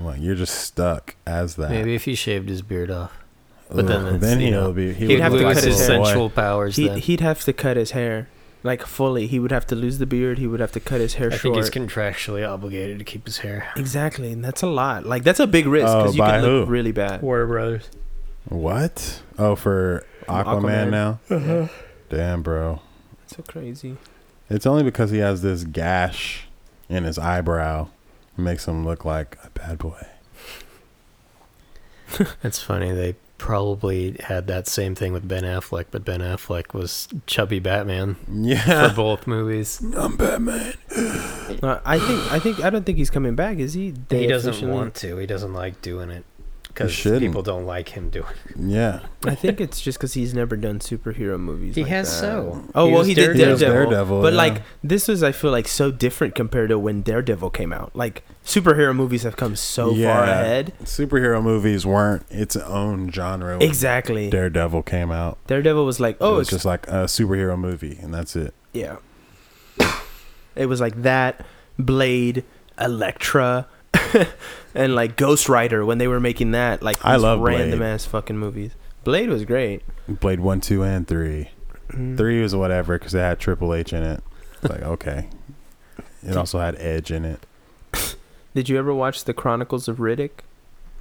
Like you're just stuck as that. Maybe if he shaved his beard off, But but then then, it's, you he'll know, be. He he'd would have to look cut like a his his little boy. sensual powers. He then he'd have to cut his hair like fully. He would have to lose the beard. He would have to cut his hair I think short. he's contractually obligated to keep his hair. exactly, and that's a lot. Like that's a big risk because Oh, you by can look who? really bad. Warner Brothers. What? Oh, for Aquaman, Aquaman. now? Uh-huh. Damn, bro. That's so crazy. It's only because he has this gash in his eyebrow. It makes him look like a bad boy. That's funny. They probably had that same thing with Ben Affleck, but Ben Affleck was chubby Batman for Yeah. both movies. I'm Batman. Uh, I think I think I don't think he's coming back. Is he? They he doesn't officially- want to. He doesn't like doing it because shouldn't. people don't like him doing. it. Yeah. I think it's just because he's never done superhero movies. He like has that. so. Oh well, was he did He was Daredevil, Daredevil, but yeah. like this was, I feel like, so different compared to when Daredevil came out. Like superhero movies have come so far Yeah. ahead. Superhero movies weren't its own genre. when Exactly. Daredevil came out. Daredevil was like, oh, it was it's just like a superhero movie, and that's it. yeah. It was like that, Blade, Elektra, and like Ghost Rider when they were making that. Like I these love Blade. random ass fucking movies. Blade was great. Blade one, two, and three. Three was whatever because it had Triple H in it. It's like okay. It also had Edge in it. Did you ever watch the Chronicles of Riddick?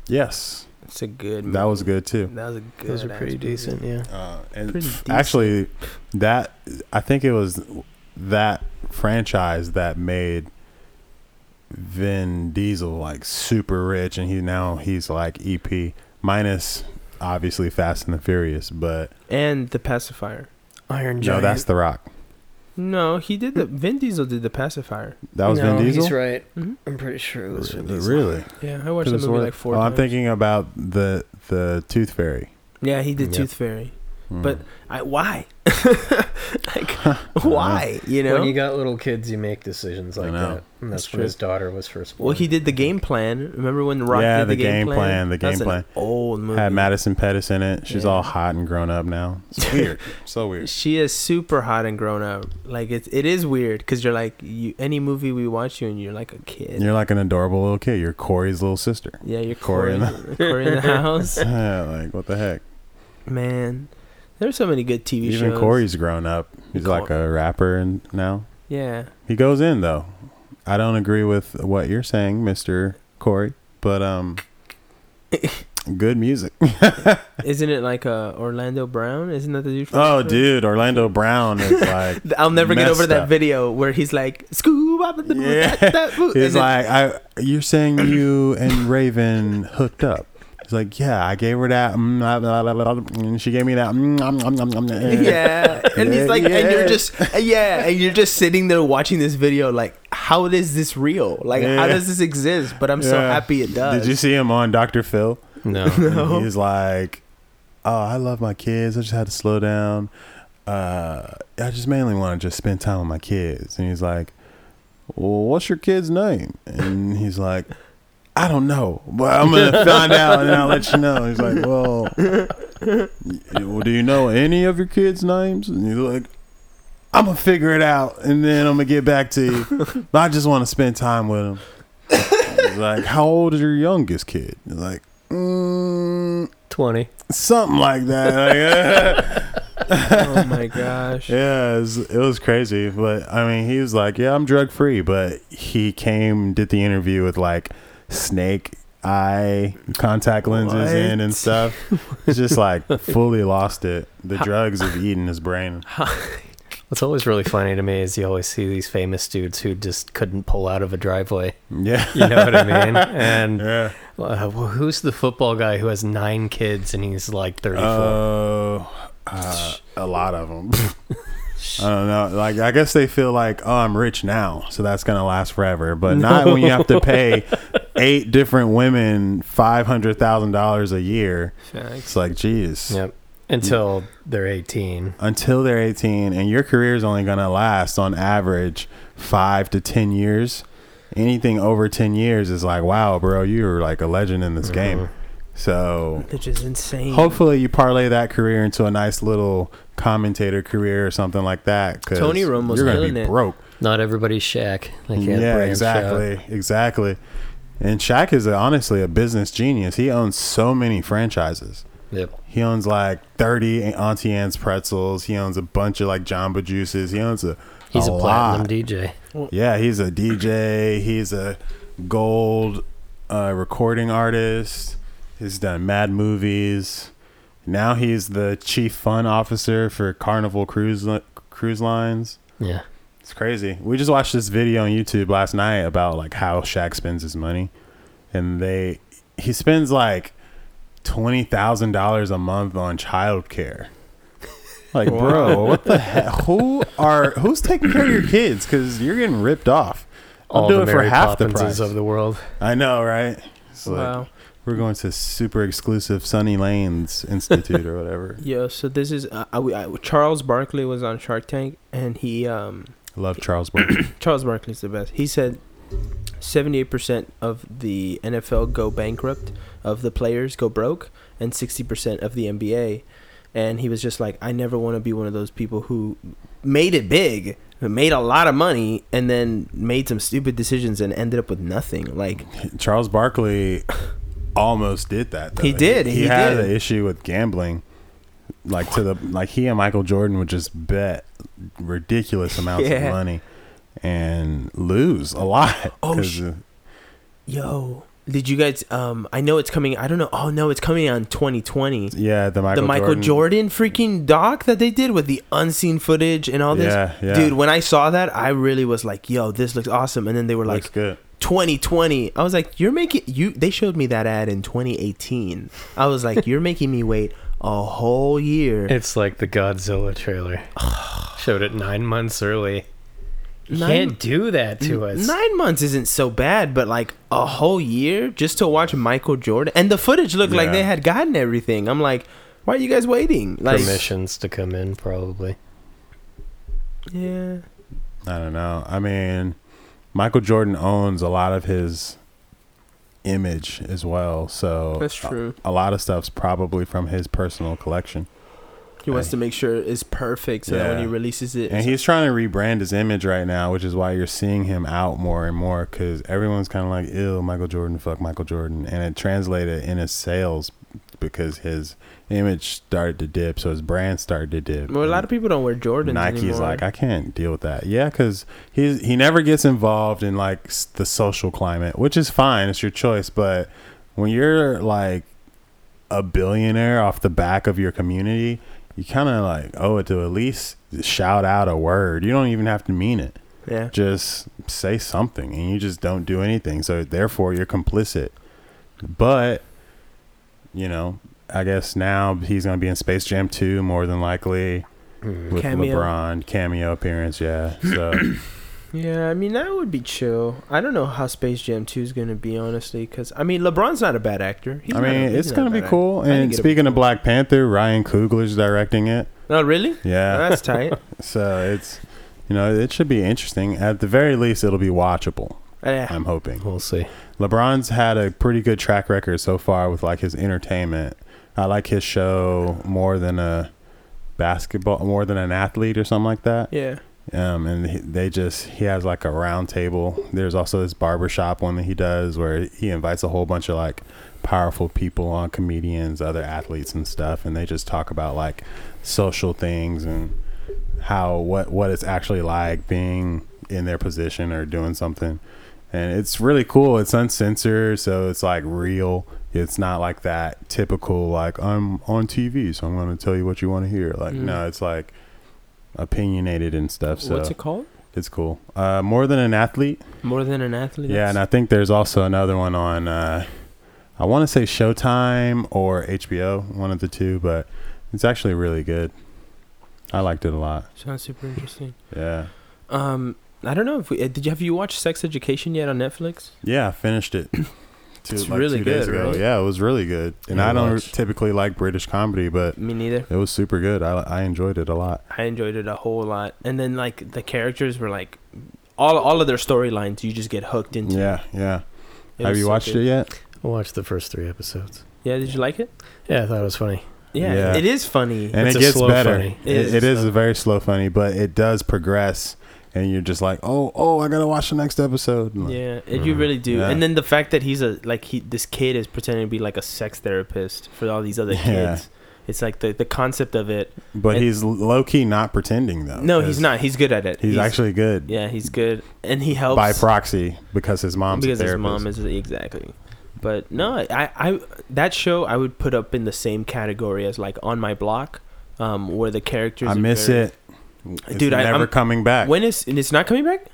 Yes, It's a good. Movie. that was good too. That was a good. Those are ass pretty movie. decent, yeah. Uh, and Pretty f- actually, that I think it was that franchise that made Vin Diesel like super rich, and he now he's like EP minus obviously Fast and the Furious, but And the pacifier. Iron no, Giant. that's The Rock. No, he did the. Vin Diesel did the pacifier. That was no, Vin Diesel. he's right. Mm-hmm. Mhm. I'm pretty sure it was Vin Re- Diesel. Really? Yeah, I watched the Could have movie sworn- like four oh, times. I'm thinking about the the Tooth Fairy. Yeah, he did Yeah. Tooth Fairy. Mm. But I why? like why? You know. When you got little kids, you make decisions I like know. that. And that's, That's when true. his daughter was first born. well, he did the game plan. Remember when Rock Yeah, did the, the game, game plan? plan, the That's game an plan. Old movie. had Madison Pettis in it. She's Mm-hmm. Yeah. all hot and grown up now. It's weird. so weird. She is super hot and grown up. Like it's it is weird because you're like you any movie we watch you and you're like a kid. You're like an adorable little kid. You're Corey's little sister. yeah, you're Corey Corey. in Corey in the house. Yeah, like what the heck? Man, there's so many good TV shows. Even Corey's grown up. He's Cor- like a rapper and now Yeah. he goes in though. I don't agree with what you're saying, Mister Corey, but um, good music. Isn't it like uh, Orlando Brown? Isn't that the dude? From Oh, dude, Orlando Brown is like Th- I'll never get over messed that up. video where he's like, "Scuba." Yeah. He's like, I, you're saying you and Raven hooked up. He's like, yeah, I gave her that, mm, blah, blah, blah, blah, blah, and she gave me that. mm, nom, nom, nom, nom, eh." yeah, and he's like, and you're just, uh, yeah, and you're just sitting there watching this video, like, how is this real? Like, Yeah. how does this exist? But I'm so Yeah. happy it does. Did you see him on Dr. Phil? no. No. He's like, oh, I love my kids. I just had to slow down. Uh, I just mainly want to just spend time with my kids. And he's like, well, what's your kid's name? And he's like, I don't know, but I'm gonna find out and I'll let you know. He's like, well, y- well, do you know any of your kids' names? And he's like, I'm gonna figure it out and then I'm gonna get back to you. But I just want to spend time with him. He's like, how old is your youngest kid? He's like, mm, 20. something like that. Like, oh my gosh! yeah, it was, it was crazy. But I mean, he was like, "Yeah, I'm drug free," but he came did the interview with like snake eye contact lenses What? in and stuff. It's just like fully lost it. The drugs have eaten his brain. What's always really funny to me is you always see these famous dudes who just couldn't pull out of a driveway. Yeah, You know what I mean? And yeah. uh, well, who's the football guy who has nine kids and he's like 34? Oh, uh, a lot of them. I don't know. Like, I guess they feel like, oh, I'm rich now, so that's gonna last forever. But not when you have to pay eight different women five hundred thousand dollars a year. Facts. It's like, geez. yep. Until they're 18. Until they're 18, and your career is only gonna last on average five to ten years. Anything over ten years is like, wow, bro, you're like a legend in this game. So Which is insane. Hopefully, you parlay that career into a nice little commentator career or something like that. Cause Tony Romo's you're gonna killing be it. broke. Not everybody's Shaq. They can't Yeah, branch out. exactly, exactly. And Shaq is a, honestly a business genius. He owns so many franchises. Yep. He owns like 30 Auntie Anne's pretzels. He owns a bunch of like Jamba juices. He owns a He's a, platinum lot. DJ. Yeah, he's a DJ. He's a gold uh, recording artist. He's done mad movies. Now he's the chief fun officer for Carnival Cruise Li- Cruise Lines. Yeah. It's crazy. We just watched this video on YouTube last night about like how Shaq spends his money, and they he spends like twenty thousand dollars a month on childcare. Like, bro, what the heck? Who are who's taking care of your kids? Because you're getting ripped off. I'll All do the it for Mary half the Poppinses price. of the world. I know, right? It's like, Wow. We're going to super exclusive Sunny Lanes Institute or whatever. Yeah. So this is uh, I, I, Charles Barkley was on Shark Tank, and he um Love Charles Barkley. Charles Barkley's the best. He said 78% of the NFL go bankrupt, of the players go broke, and 60% of the NBA. And he was just like, I never want to be one of those people who made it big, who made a lot of money, and then made some stupid decisions and ended up with nothing. Like, Charles Barkley almost did that. Though. He did, He, he had did. an issue with gambling. Like to the like he and Michael Jordan would just bet ridiculous amounts Yeah. of money and lose a lot. Oh, 'Cause, sh- uh, yo, did you guys, um, I know it's coming, I don't know, oh no, it's coming on 2020. yeah, the Michael the Michael Jordan Jordan. freaking doc that they did with the unseen footage and all this. Yeah, yeah. Dude, when I saw that, I really was like, "Yo, this looks awesome." And then they were looks like, good. "2020." I was like, "You're making you." They showed me that ad in 2018. I was like, "You're making me wait a whole year." It's like the Godzilla trailer. Showed it nine months early. You Nine- can't do that to us. Nine months isn't so bad, but like a whole year just to watch Michael Jordan and the footage looked like Yeah. they had gotten everything. I'm like, why are you guys waiting? Like, Permissions to come in, probably. yeah, I don't know. I mean, Michael Jordan owns a lot of his image as well. So That's a- true. A, lot of stuff's probably from his personal collection. he wants to make sure it's perfect so that when Yeah. he releases it, And it's he's trying to rebrand his image right now, which is why you're seeing him out more and more cuz everyone's kind of like, "Ew, Michael Jordan, fuck Michael Jordan." And it translated in his sales because his image started to dip, so his brand started to dip. Well, a And- lot of people don't wear Jordans Nike's anymore. like, I can't deal with that. Yeah, because he's he never gets involved in like s- the social climate, which is fine. It's your choice, but when you're like a billionaire off the back of your community, you kind of like owe it to at least shout out a word. You don't even have to mean it. yeah, Just say something, and you just don't do anything. So therefore, you're complicit. But you know, I guess now he's gonna be in Space Jam 2 more than likely Hmm. with Cameo. LeBron cameo appearance. Yeah, so yeah. I mean, that would be chill. I don't know how Space Jam Two is gonna be honestly, because I mean, LeBron's not a bad actor. He's I not a- mean, he's it's not gonna a be bad actor. cool. I think And it'll speaking be of Black Panther, Ryan Coogler's directing it. cool. oh really? Oh, Yeah, that's tight. so it's you know it should be interesting. At the very least, it'll be watchable. yeah. I'm hoping. We'll see. LeBron's had a pretty good track record so far with like his entertainment. I like his show more than a basketball, more than an athlete or something like that. yeah, um, and he, they just he has like a round table there's also this barbershop one that he does where he invites a whole bunch of like powerful people on comedians other athletes and stuff and they just talk about like social things and how what what it's actually like being in their position or doing something and it's really cool it's uncensored so it's like real it's not like that typical like i'm on tv so i'm going to tell you what you want to hear like Mm. no it's like opinionated and stuff so What's it called? it's cool. Uh, more than an athlete. More than an athlete. Yeah, and That's- I think there's also another one on. Uh, I want to say Showtime or HBO, one of the two, but it's actually really good. I liked it a lot. sounds super interesting. Yeah, Um, I don't know if we uh, did. You have you watched Sex Education yet on Netflix? yeah, I finished it. Two, It's really days good, ago. right? Yeah, it was really good. And Yeah, I don't watch. typically like British comedy, but Me neither. it was super good. I I enjoyed it a lot. I enjoyed it a whole lot. And then like the characters were like, all all of their storylines, you just get hooked into. Yeah, yeah. It Have was you so watched good. it yet? I watched the first three episodes. Yeah. Did you like it? Yeah, I thought it was funny. Yeah. Yeah. It is funny. and It's it a gets slow better. funny. It, It is it a is slow- a very slow funny, but it does progress, and you're just like, oh, oh, I gotta watch the next episode. And like, Yeah, it, you Mhm. really do. Yeah. And then the fact that he's a like he this kid is pretending to be like a sex therapist for all these other Yeah. kids. It's like the the concept of it. But And- he's low key not pretending though. No, he's 'cause not. He's good at it. Oh, He's, actually good yeah, he's good, and he helps by proxy because his mom's because a his therapist. mom is exactly. But no, I, I that show I would put up in the same category as like on my block, um, where the characters. I are miss very- it. It's Dude, I- never I'm- coming back. When is and it's not coming back?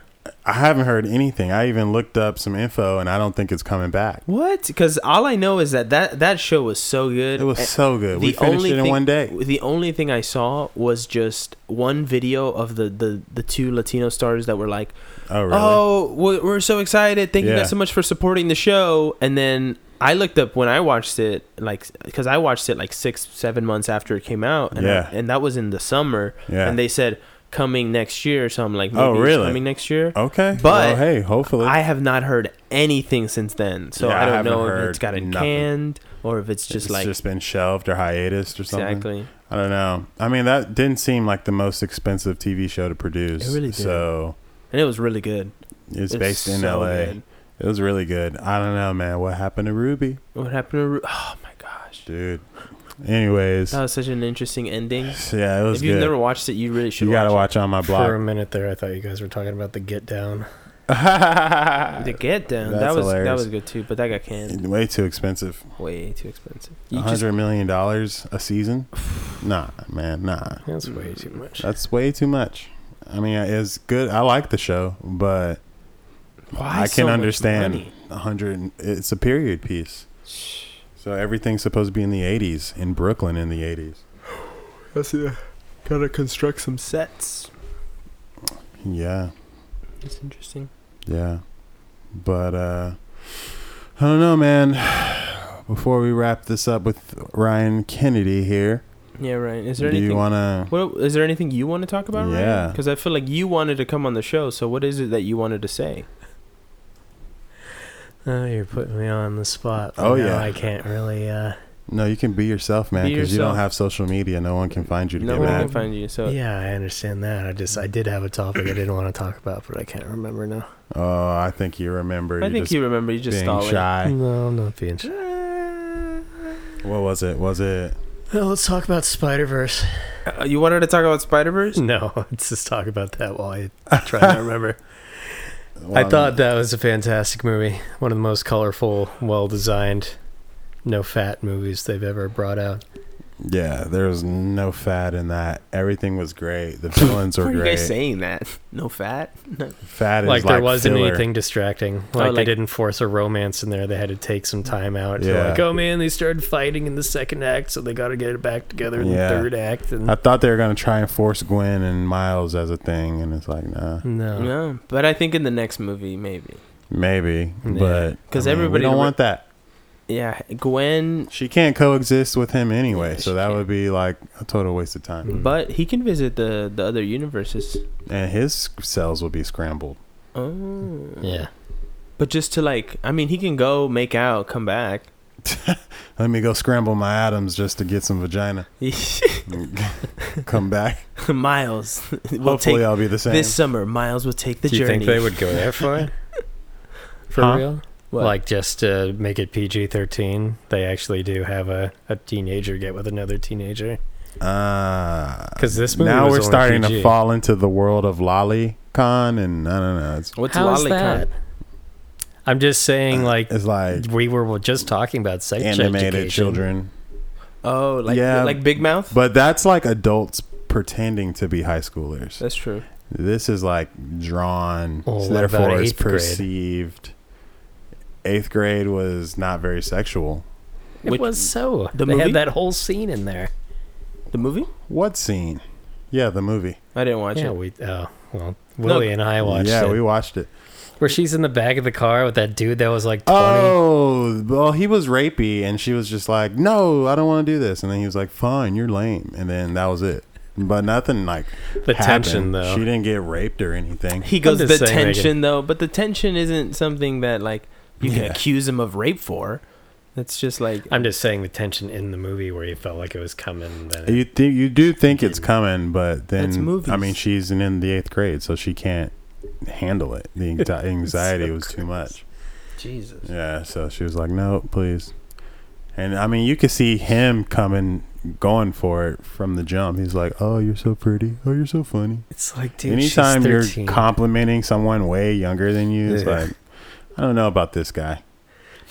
I haven't heard anything. I even looked up some info, and I don't think it's coming back. What? Because all I know is that, that that show was so good. It was And so good. We the finished only it in thing- one day. The only thing I saw was just one video of the the, the two Latino stars that were like, Oh, really? "Oh, we're, we're so excited! Thank you Yeah. guys so much for supporting the show." And then I looked up when I watched it, like because I watched it like six seven months after it came out, and I- Yeah. and that was in the summer, yeah. and they said coming next year. So I'm like, Oh, maybe it's really? Oh, Coming next year. okay. But well, hey, hopefully. I have not heard anything since then, so Yeah, I I don't haven't know if heard it's gotten nothing. canned or if it's just it's like just been shelved or hiatus or something. exactly. I don't know. I mean, that didn't seem like the most expensive TV show to produce. It really did. So And it was really good. it's, based in so LA. good. It was really good. I don't know, man. What happened to Ruby, What happened to? Ru- Oh my gosh, dude? Anyways, that was such an interesting ending. yeah, it was Uh, If you've good. never watched it, you really should. you gotta watch watch it on my For a blog. minute there, I thought you guys were talking about the Get Down. it. The Get Down. That That's was that hilarious. was good too, but that got canned. Way too expensive. Way too expensive. You A just hundred million dollars a season? nah, man, nah. That's Hmm. way too much. That's way too much. I mean, it's good. I like the show, but why I so can much understand money? a hundred. It's a period piece, Shh. so everything's supposed to be in the '80s in Brooklyn in the '80s. That's yeah. Gotta construct some sets. Yeah, It's interesting. yeah, but uh, I don't know, man. Before we wrap this up with Ryan Kennedy here, Yeah, right. Is do there you anything? want to? What is there anything you want to talk about? Yeah. Because I feel like you wanted to come on the show. So what is it that you wanted to say? Oh, you're putting me on the spot. Oh, Now yeah. I can't really. uh No, you can be yourself, man, Be because you don't yourself. have social media. No one can find you to No get one mad. can find you. So Yeah, I understand that. I just I did have a topic I didn't want to talk about, but I can't remember now. Oh, I think you remember. I You're think just you remember. You just being stalling. shy. No, I'm not being. Shy. What was it? Was it? Well, let's talk about Spider Verse. Uh, you wanted to talk about Spider Verse? No, let's just talk about that while I try to remember. I thought that was a fantastic movie. One of the most colorful, well designed, no fat movies they've ever brought out. Yeah, there was no fat in that. Everything was great. The villains Why were are you guys great. saying that? No fat. No. Fat is like like, there wasn't filler. anything distracting. Like, Oh, they like- didn't force a romance in there. They had to take some time out. to Yeah. like, oh man, they started fighting in the second act, so they got to get it back together in Yeah. the third act. And I thought they were gonna try and force Gwen and Miles as a thing, and it's like, nah, no, No, but I think in the next movie maybe. maybe, Yeah. but 'Cause I mean, everybody we don't re- want that. Yeah, Gwen. She can't coexist with him anyway, Yeah, she so that can't. would be like a total waste of time, Mm. But he can visit the the other universes. and his cells would be scrambled. Oh. yeah, But just to like, I mean, he can go make out, come back. Let me go scramble my atoms just to get some vagina. Come back. Miles will Hopefully, take I'll be the same. this summer. Miles will take the do you journey. think they would go there for it? For Huh? real? What? Like just to make it PG thirteen, they actually do have a, a teenager get with another teenager. Ah, 'Cause this movie now was we're only starting to PG. fall into the world of lolly con, and I don't know. It's, What's How's lolicon? that? I'm just saying, like it's Uh, like we were just talking about sex animated education. children, Oh, like Yeah. like Big Mouth. but that's like adults pretending to be high schoolers. That's true. This is like drawn, Well, so Oh, what about therefore it's eighth grade? perceived. Eighth grade was not very sexual. It Which- was so. the they movie? had that whole scene in there. The movie? What scene? Yeah, the movie. I didn't watch yeah, it. we. Oh well, Willie and I watched yeah, it. we watched it. Where she's in the back of the car with that dude that was like twenty. Oh, well, he was rapey, and she was just like, "No, I don't want to do this." And then he was like, "Fine, you're lame." And then that was it. But nothing like the happened. tension though. She didn't get raped or anything. He goes just the saying, like, tension though, but the tension isn't something that like you can Yeah. accuse him of rape for. That's just like I'm just saying the tension in the movie where you felt like it was coming. Then You thi- you do think it's coming, but then It's movies. I mean, she's in, in the eighth grade, so she can't handle it. The anxi- anxiety was too much. Jesus. Yeah, so she was like, "No, please." And I mean, you could see him coming, going for it from the jump. He's like, "Oh, you're so pretty. Oh, you're so funny." it's like, dude, Anytime she's you're 13. complimenting someone way younger than you, it's Yeah. like, I don't know about this guy.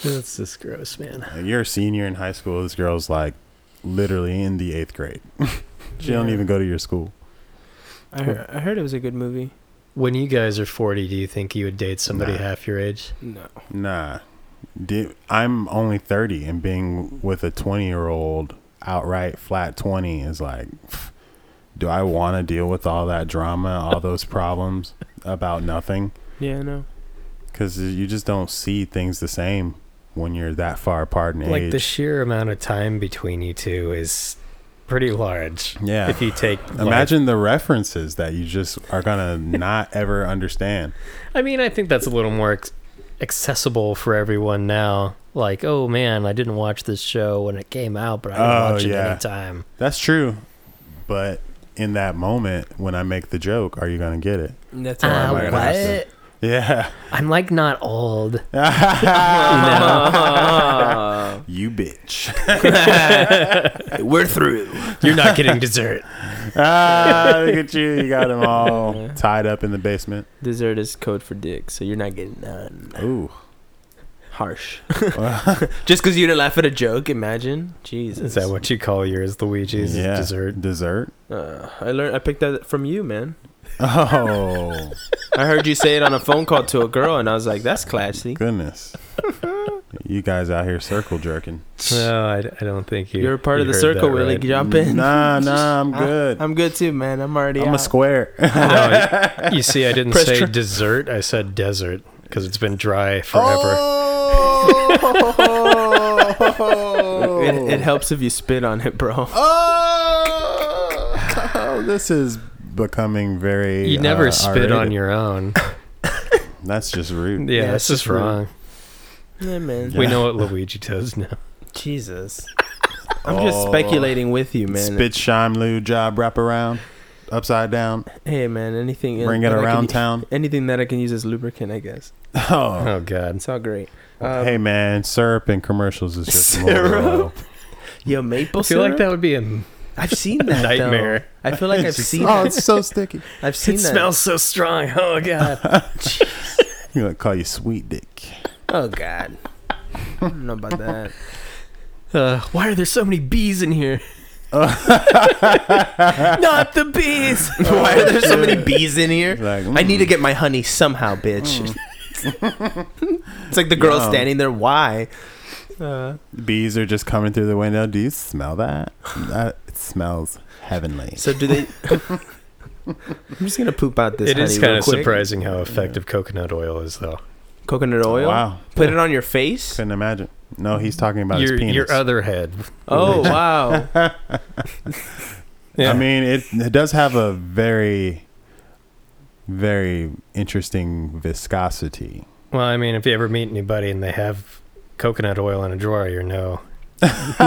that's just gross, man. Like, you're a senior in high school. This girl's like literally in the eighth grade. she don't Yeah. even go to your school. I heard, I heard it was a good movie. When you guys are 40, do you think you would date somebody Nah. half your age? No. Nah. Dude, I'm only 30 and being with a 20 year old outright flat 20 is like, pff, do I want to deal with all that drama, all those problems about nothing? Yeah, no. Because you just don't see things the same when you're that far apart in Like age. the sheer amount of time between you two is pretty large. yeah. If you take Imagine the references that you just are gonna not ever understand. I mean, I think that's a little more ac- accessible for everyone now. Like, oh man, I didn't watch this show when it came out, but I can Oh, watch it yeah. anytime. That's true, but in that moment when I make the joke, are you gonna get it? That's Uh, all Ah, I'm my gonna what? God. ask. Yeah. I'm like not old. you bitch. We're through. You're not getting dessert. ah, look at you. You got them all Yeah. tied up in the basement. Dessert is code for dick, so you're not getting none. Ooh. Harsh. Just because you didn't laugh at a joke, imagine. Jesus. Is that what you call yours, Luigi's Yeah. dessert? Dessert. Uh, I learned. I picked that from you, man. Oh I heard you say it on a phone call to a girl, and I was like, "That's classy." goodness. You guys out here circle jerking. No, I, I don't think you. You're a part you of the heard circle, that Willie. right. Jump in. Nah, nah, I'm I- good. I'm good too, man. I'm already. I'm a out. square. No, you see, I didn't Press say tr- dessert. I said desert because it's been dry forever. Oh! Oh! It, it helps if you spit on it, bro. Oh, this is becoming very. You never uh, spit on R-rated. your own. That's just rude. Yeah, Yeah, that's it's just just rude. wrong. Yeah, man. We Yeah. know what Luigi does now. Jesus. I'm just Oh. speculating with you, man. Spit shime loo job wrap around, upside down, Hey, man. Anything. bring it that I can around u- town. Anything that I can use as lubricant, I guess. Oh, Oh God. It's all great. Um, hey man, syrup in commercials is just Syrup? more. Yo, maple I feel syrup. like that would be a m- I've seen that though. nightmare. I feel like I've seen. oh, that. it's so sticky. I've seen it that. smells so strong. Oh God. You gonna call you sweet dick? Oh God. I don't know about that. Uh, why are there so many bees in here? Not the bees. Why are there so many bees in here? Like, mm, I Mm. need to get my honey somehow, bitch. it's like the girl No. standing there. Why? Uh, Bees are just coming through the window. Do you smell that? that it smells heavenly. so do they? I'm just gonna poop out this. It honey is kind real of quick. surprising Oh, how effective coconut oil is, though. Coconut oil. Wow, Put it on your face. couldn't imagine. No, he's talking about Your, his penis. your other head. Oh wow. Yeah. I mean, it it does have a very, very interesting viscosity. Well, I mean, if you ever meet anybody and they have coconut oil in a drawer, you know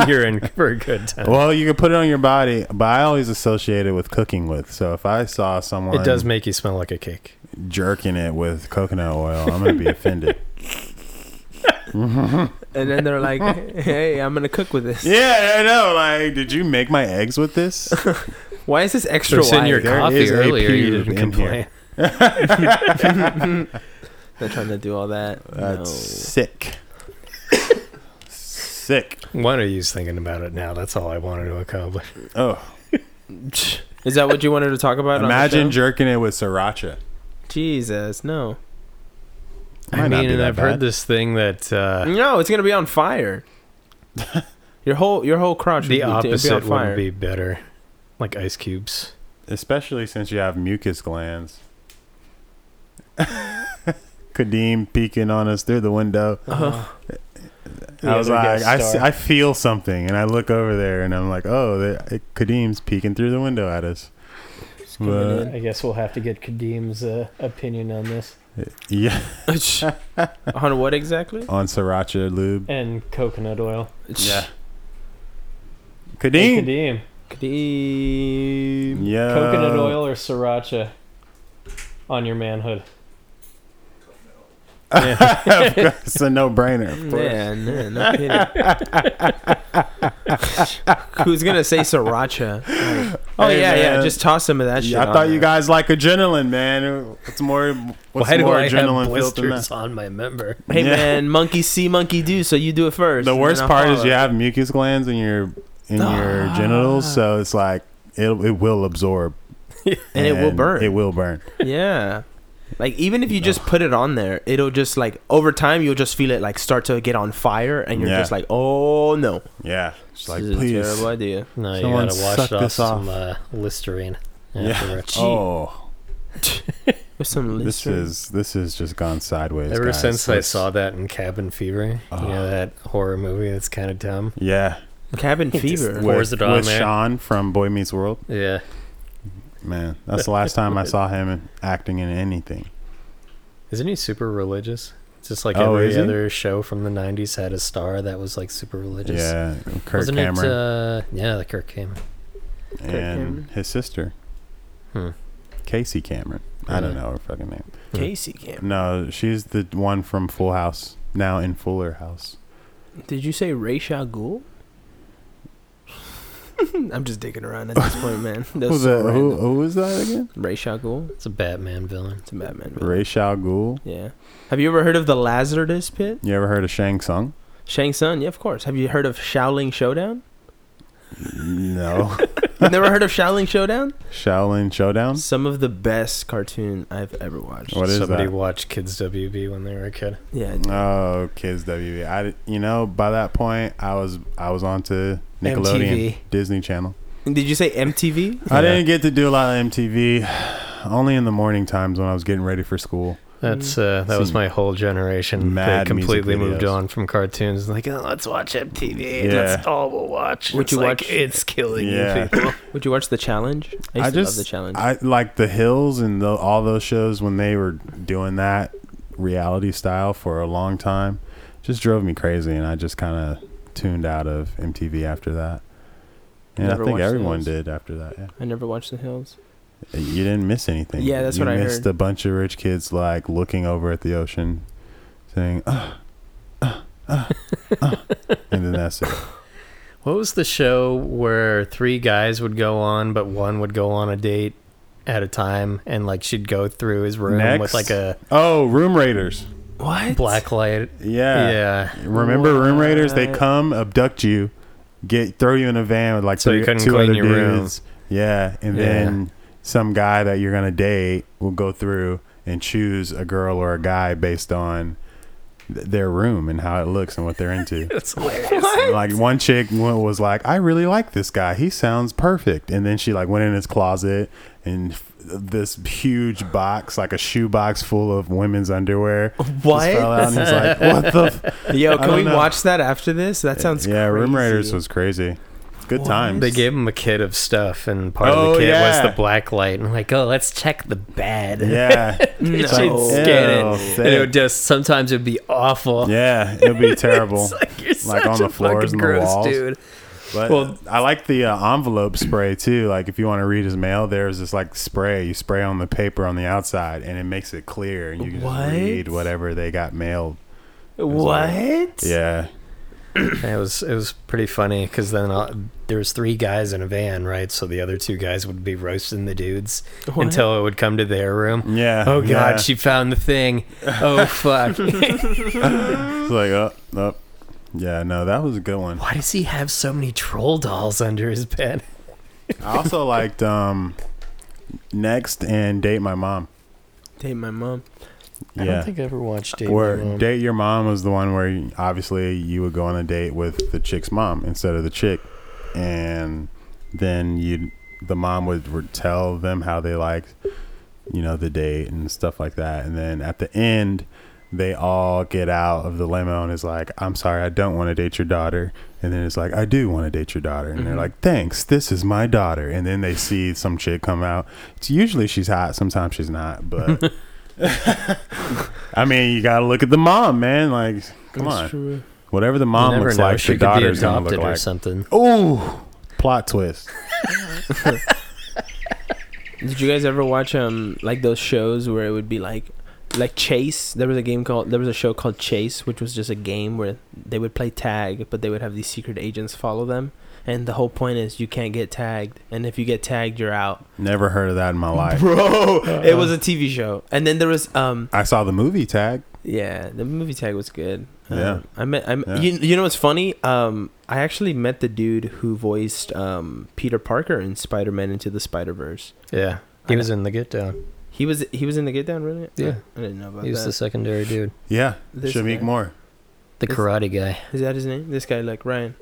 you're in for a good time. Well, you can put it on your body, but I always associate it with cooking with. So if I saw someone it does make you smell like a cake. jerking it with coconut oil, I'm gonna be offended. and then they're like, "Hey, I'm gonna cook with this. yeah, I know. Like, did you make my eggs with this? Why is this extra It's in wide? your there coffee is a earlier. You pube didn't in complain. here. They're trying to do all that. That's sick. sick. One of you's thinking about it now. That's all I wanted to accomplish. Oh, no. Is that what you wanted to talk about? on the imagine show? jerking it with sriracha. Jesus, no. I Might not mean, be and that I've heard bad. this thing that uh, No, it's gonna be on fire. your whole your whole crotch. would be- the it'd be on opposite fire. would be better, like ice cubes. especially since you have mucus glands. Kadeem peeking on us through the window. Uh-huh. I was like, I, s- I feel something, and I look over there, and I'm like, oh, there- Kadeem's peeking through the window at us. It's coming in. I guess we'll have to get Kadeem's uh, opinion on this Yeah, Uh-huh. on what exactly? on sriracha lube. and coconut oil. Kadeem. Uh, Kadeem, Kadeem. Yeah. or sriracha on your manhood. it's a no-brainer. Man, man, no kidding. Who's gonna say sriracha? Like, oh Hey, yeah, yeah. man. Just toss some of that shit. Yeah, I on thought you there. guys like adrenaline, man. What's more, what's Why do more I have adrenaline filled than that? blisters on my member? Hey Yeah. man, monkey see, monkey do. So you do it first. The and worst then I'll part is follow. you have mucus glands in your in Ah. your genitals, so it's like it it will absorb And it will burn. It will burn. Yeah. Like even if you just put it on there, it'll just like over time you'll just feel it like start to get on fire, and you're Yeah. just like, oh no, Yeah. It's like this is please. a terrible Oh, idea. No, you Someone gotta wash suck it off this some off. uh, Listerine. Yeah. afterwards. Gee, Oh, with some this Listerine. is this has just gone sideways. Ever guys. since I Let's- saw that in Cabin Fever, you know Oh. that horror movie that's kind of dumb. yeah, cabin Just- fever. What- Pours with, it on with there. Sean from Boy Meets World. Yeah, Man, that's the last time I saw him acting in anything. isn't he super religious? It's just like Oh, is every he? other show from the '90s had a star that was like super religious. yeah, Kirk wasn't it? Cameron Uh, yeah, the Kirk Cameron. and Cameron. his sister, Hmm. Casey Cameron. I don't Yeah. know her fucking name. Casey Cameron. No, she's the one from Full House. Now in Fuller House. Did you say Ra's al Ghul? I'm just digging around at this point, man. That's Who's so that? Who, random. who is that again? Ra's al Ghul. It's a Batman villain. It's a Batman. villain. Ray Shao Ghul. Yeah. Have you ever heard of the Lazarus Pit? You ever heard of Shang Tsung? Shang Tsung? Yeah, of course. Have you heard of Shaolin Showdown? No. You've never heard of Shaolin Showdown? Shaolin Showdown. Some of the best cartoon I've ever watched. What is Somebody that? Hmm. watched Kids WB when they were a kid. Yeah. Oh, kids, WB. I di- you know by that point I was I was on to Nickelodeon, MTV. Disney Channel. Did you say MTV? I Yeah. didn't get to do a lot of MTV, only in the morning times when I was getting ready for school. That's uh, that was Seen my whole generation. They mad music completely moved videos. on from cartoons. Like, oh, let's watch MTV. Yeah. That's all we'll watch. Would it's you like, watch- It's killing Yeah. you people. Would you watch The Challenge? I used I to love just- The Challenge. I like the Hills and the, all those shows when they were doing that reality style for a long time. Just drove me crazy, and I just kind of tuned out of MTV after that. And Never I think watched everyone those. did after that. Yeah, I never watched The Hills. you didn't miss anything. Yeah, that's you what I missed heard. a bunch of rich kids like looking over at the ocean, saying, "Ah, ah, ah, ah," and then that's it. What was the show where three guys would go on, but one would go on a date at a time, and like she'd go through his room Next. with like a Oh, Room Raiders. What? black light. Yeah. Yeah. Remember Room Raiders? They What? come, abduct you, get throw you in a van with like So you three- couldn't two clean other your room. dudes. Yeah, and Yeah. then some guy that you're gonna date will go through and choose a girl or a guy based on th- their room and how it looks and what they're into. It's hilarious. like one chick went- was like, "I really like this guy. He sounds perfect." And then she like went in his closet and f- this huge box, like a shoe box full of women's underwear. Just fell What? out and he's like, "What the f-? Yo, I can don't we know. watch that after this? That sounds yeah. Room crazy. Raiders was crazy. Good What? times. They gave him a kit of stuff, and part of Oh, the kit yeah. was the black light. And I'm like, oh, let's check the bed. yeah, No. It's like, Ew, scan it. And it sick. would just sometimes it'd be awful. yeah, it would be terrible. It's like you're Like such on the a floors and fucking the gross walls. dude. But Well- I like the uh, envelope spray too. Like if you want to read his mail, there's this like spray you spray on the paper on the outside, and it makes it clear, and you can What? just read whatever they got mailed. What? Yeah, Oh. And it was it was pretty funny because then uh, there was three guys in a van, right? So the other two guys would be roasting the dudes What? until it would come to their room. yeah. Oh God, yeah. she found the thing. Oh fuck! It's like up, up. Yeah, no, that was a good one. Why does he have so many troll dolls under his bed? I also liked um, next and date my mom. Date my mom. Yeah. I don't think I ever watched Date where My Mom. date your mom was the one where you- obviously you would go on a date with the chick's mom instead of the chick and then you the mom would, would tell them how they liked you know the date and stuff like that and then at the end they all get out of the limo and is like i'm sorry i don't want to date your daughter and then it's like i do want to date your daughter and they're Mm-hmm. Mhm. like thanks this is my daughter and then they see some chick come out it's usually she's hot sometimes she's not but I mean, you gotta look at the mom, man. Like, come That's on, true. whatever the You mom never looks know, like, the she could be daughter's gonna look adopted or like. something. Ooh, plot twist. Did you guys ever watch um like those shows where it would be like like Chase? There was a game called there was a show called Chase, which was just a game where they would play tag, but they would have these secret agents follow them. And the whole point is you can't get tagged, and if you get tagged, you're out. Never heard of that in my life. Bro, it was a TV show. And then there was um I saw the movie tag. yeah, the movie tag was good. Um, Yeah. I met I met- Yeah. you you know what's funny? Um, I actually met the dude who voiced um Peter Parker in Spider Man into the Spider Verse. Yeah, he was in the Get Down. He was he was in the Get Down, really? Yeah. I didn't know about He was the that. secondary dude, Yeah, This Shamik guy. Moore. the Is- karate guy. Is that his name? This guy, like Ryan.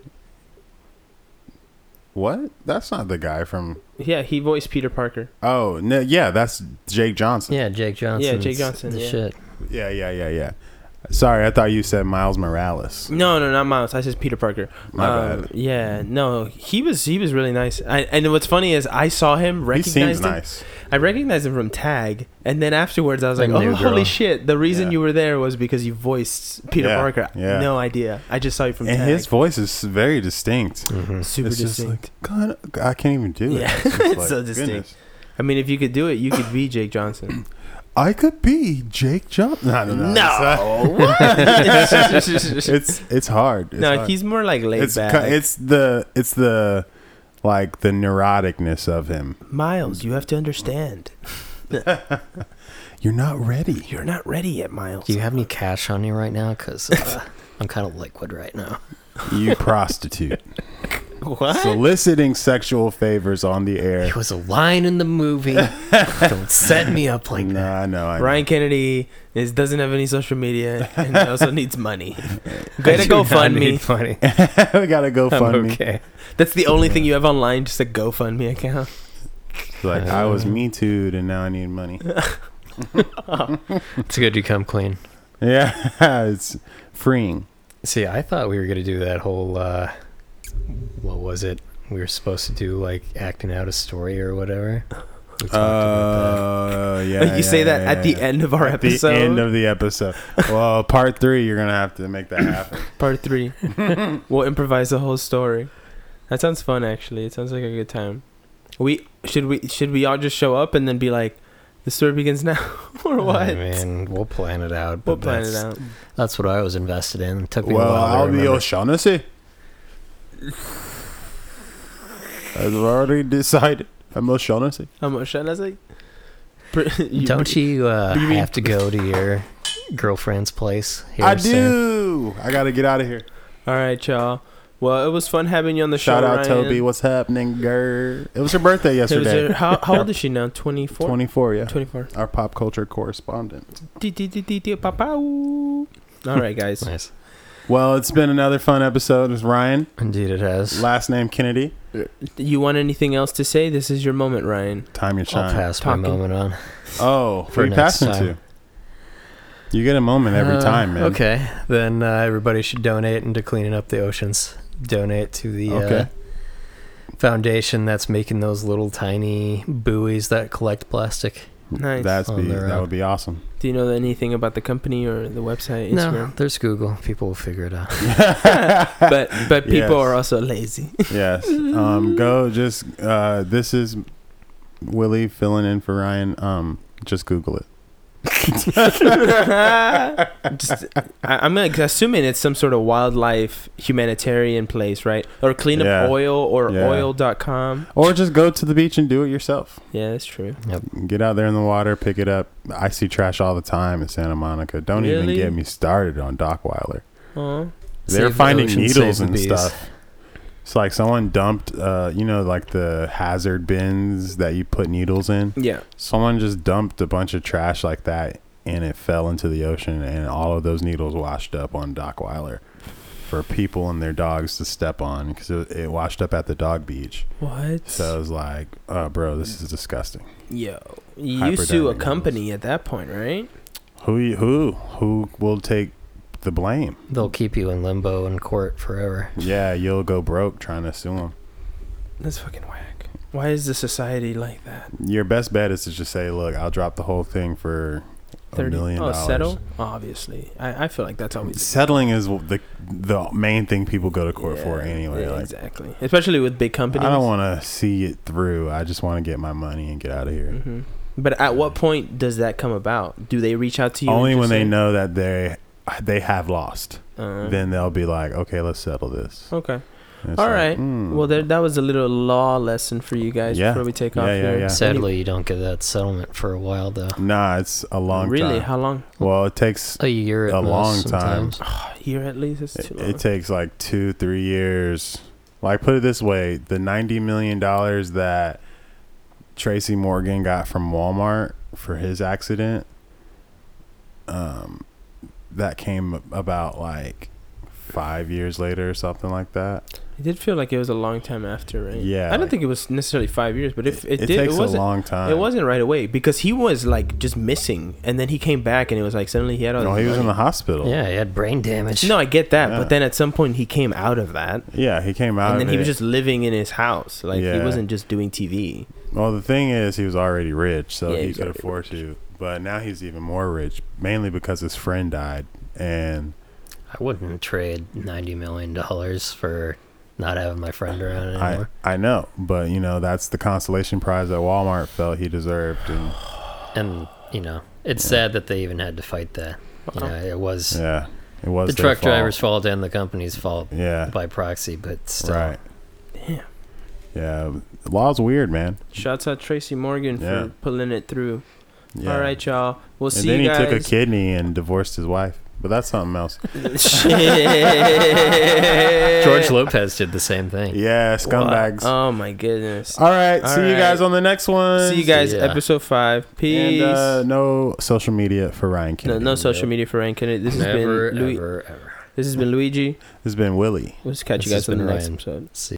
What? That's not the guy from. Yeah, he voiced Peter Parker. Oh no, yeah, that's Jake Johnson. Yeah, Jake Johnson. Jake Johnson, The yeah. shit. Yeah, yeah, yeah, yeah. Sorry, I thought you said Miles Morales. No, no, not Miles. I said Peter Parker. My Um, bad. Yeah, no, he was he was really nice. I, and what's funny is I saw him He recognized seems him. nice. I recognized him from Tag, and then afterwards I was I like, knew, "Oh, holy girl." shit! The reason Yeah. you were there was because you voiced Peter Yeah, Parker." yeah. No idea. I just saw you from And Tag. Mm-hmm. his voice is very distinct. hmm super it's just distinct. like, God, I can't even do it. Yeah, just it's like, so distinct. goodness. I mean, if you could do it, you could be Jake Johnson. I could be Jake Johnson. No, no, no. It's, no, it's, it's hard. It's no, hard. he's more like laid it's, back. cu- it's the it's the like the neuroticness of him. Miles, you have to understand. You're not ready. You're not ready yet, Miles. Do you have any cash on you right now? Because uh, I'm kind of liquid right now. You prostitute. what? Soliciting sexual favors on the air. It was a line in the movie. Don't set me up like no, that. I know. I know. Ryan Kennedy is doesn't have any social media and also needs money. Go to I do not GoFundMe. need Funny. we gotta go I'm fund me. okay. That's the only thing you have online, just a GoFundMe account. Like I was me too, and now I need money. It's good you come clean. Yeah, it's freeing. See, I thought we were gonna do that whole. Uh, what was it? We were supposed to do like acting out a story or whatever. We talked about that. Uh, yeah. you say yeah, that yeah, at the yeah. end of our At the episode, end of the episode. Well, part three, you're gonna have to make that happen. part three. we'll improvise the whole story. That sounds fun, actually. It sounds like a good time. We should we should we all just show up and then be like, the story begins now, Oh, or what? I mean, we'll plan it out. But we'll plan it that's- out. That's what I was invested in. It took me a well, while. To I'll be remember. O'Shaughnessy. I've already decided. I'm O'Shaughnessy. How much should I say? Pr- you- Don't you, uh, you mean- have to go to your girlfriend's place? Here I in San- do. I gotta get out of here. All right, y'all. Well, it was fun having you on the Shout show. out Ryan. Toby. What's happening, girl? It was her birthday It was yesterday. her- how, how old is she now? 24? 24, yeah. 24. Our pop culture correspondent. All right, guys. Nice. Well, it's been another fun episode. It's Ryan, Indeed, it has. last name Kennedy. You want anything else to say? This is your moment, Ryan. Time your I'll shine. pass my Talking. moment on. Oh, For where you next passing to? time. You get a moment every Uh, time, man. Okay, then uh, everybody should donate into cleaning up the oceans. Donate to the uh, Okay. foundation that's making those little tiny buoys that collect plastic. Nice. That's On be, their that own. would be awesome. Do you know anything about the company or the website, No, Instagram? there's Google. People will figure it out. but but people Yes. are also lazy. yes. Um, go just uh, this is Willie filling in for Ryan. Um, just Google it. Just, I, I'm gonna- assuming it's some sort of wildlife humanitarian place, right? Or cleanup Yeah. oil or Yeah. oil.com. Or just go to the beach and do it yourself. Yeah, that's true. Get out there in the water, pick it up. I see trash all the time in Santa Monica. Don't even Really? get me started on Dockweiler. Aw. They're Save the finding ocean, save needles the and bees. stuff. It's like someone dumped, uh, you know, like the hazard bins that you put needles in. Yeah. Someone just dumped a bunch of trash like that, and it fell into the ocean, and all of those needles washed up on Dockweiler for people and their dogs to step on because it, it washed up at the dog beach. What? So it was like, oh, bro, this is disgusting. Yo, you sue a company at that point, right? Who you- who who will take the blame? They'll keep you in limbo in court forever. Yeah, you'll go broke trying to sue them. That's fucking whack. Why is the society like that? Your best bet is to just say, look, I'll drop the whole thing for a million oh, dollars. settle? Obviously. I, I feel like that's always. Settling is the the main thing people go to court for Yeah, anyway. yeah, like, exactly. Especially with big companies. I don't want to see it through. I just want to get my money and get out of here. hmm But at what point does that come about? Do they reach out to you? and Only just when they say, know that they they have lost, Uh, then they'll be like, okay, let's settle this. okay. And it's All like, right. mm. Well, there, that was a little law lesson for you guys Yeah. before we take Yeah, off yeah, here. yeah. Sadly, you don't get that settlement for a while, though. nah, it's a long really? time. How long? Well, it takes A year at A most long time. sometimes. A year at least? It's it, too long. it takes like two three years. Like put it this way, the ninety million dollars that Tracy Morgan got from Walmart for his accident, um, that came about like five years later or something like that. It did feel like it was a long time after, right? Yeah, I don't like- think it was necessarily five years, but if it, did, takes it wasn't. a long time. It wasn't right away because he was like just missing, and then he came back, and it was like suddenly he had all. No, this he was in money. the hospital. Yeah, he had brain damage. No, I get that, Yeah. but then at some point he came out of that, Yeah, he came out. and then of he was it. just living in his house. Like he Yeah. wasn't just doing TV. Well, the thing is, he was already rich, so Yeah, he he was could already afford to. But now he's even more rich, mainly because his friend died, and I wouldn't trade ninety million dollars for not having my friend around I anymore. I know, but you know that's the consolation prize that Walmart felt he deserved, and and you know, it's sad that they even had to fight that. You know, it was yeah, it was the their truck fault. driver's fault and the company's fault Yeah, by proxy, but still, right. Damn. Yeah, the law's weird, man. Shouts out Tracy Morgan Yeah. for pulling it through. Yeah. All right, y'all. We'll and see then you he guys. took a kidney and divorced his wife, but that's something else. Shit. George Lopez did the same thing. Yeah, Wow. scumbags. Oh my goodness. All right, All see you guys right. on the next one. See you guys. Yeah. Episode five. Peace. And uh, no social media for Ryan no, Kennedy. no social Yep. media for Ryan Kennedy. This has Never, been Lu- ever, ever This has been Luigi. This has been Willie. Let's catch This you guys has on the been next Ryan. episode. see.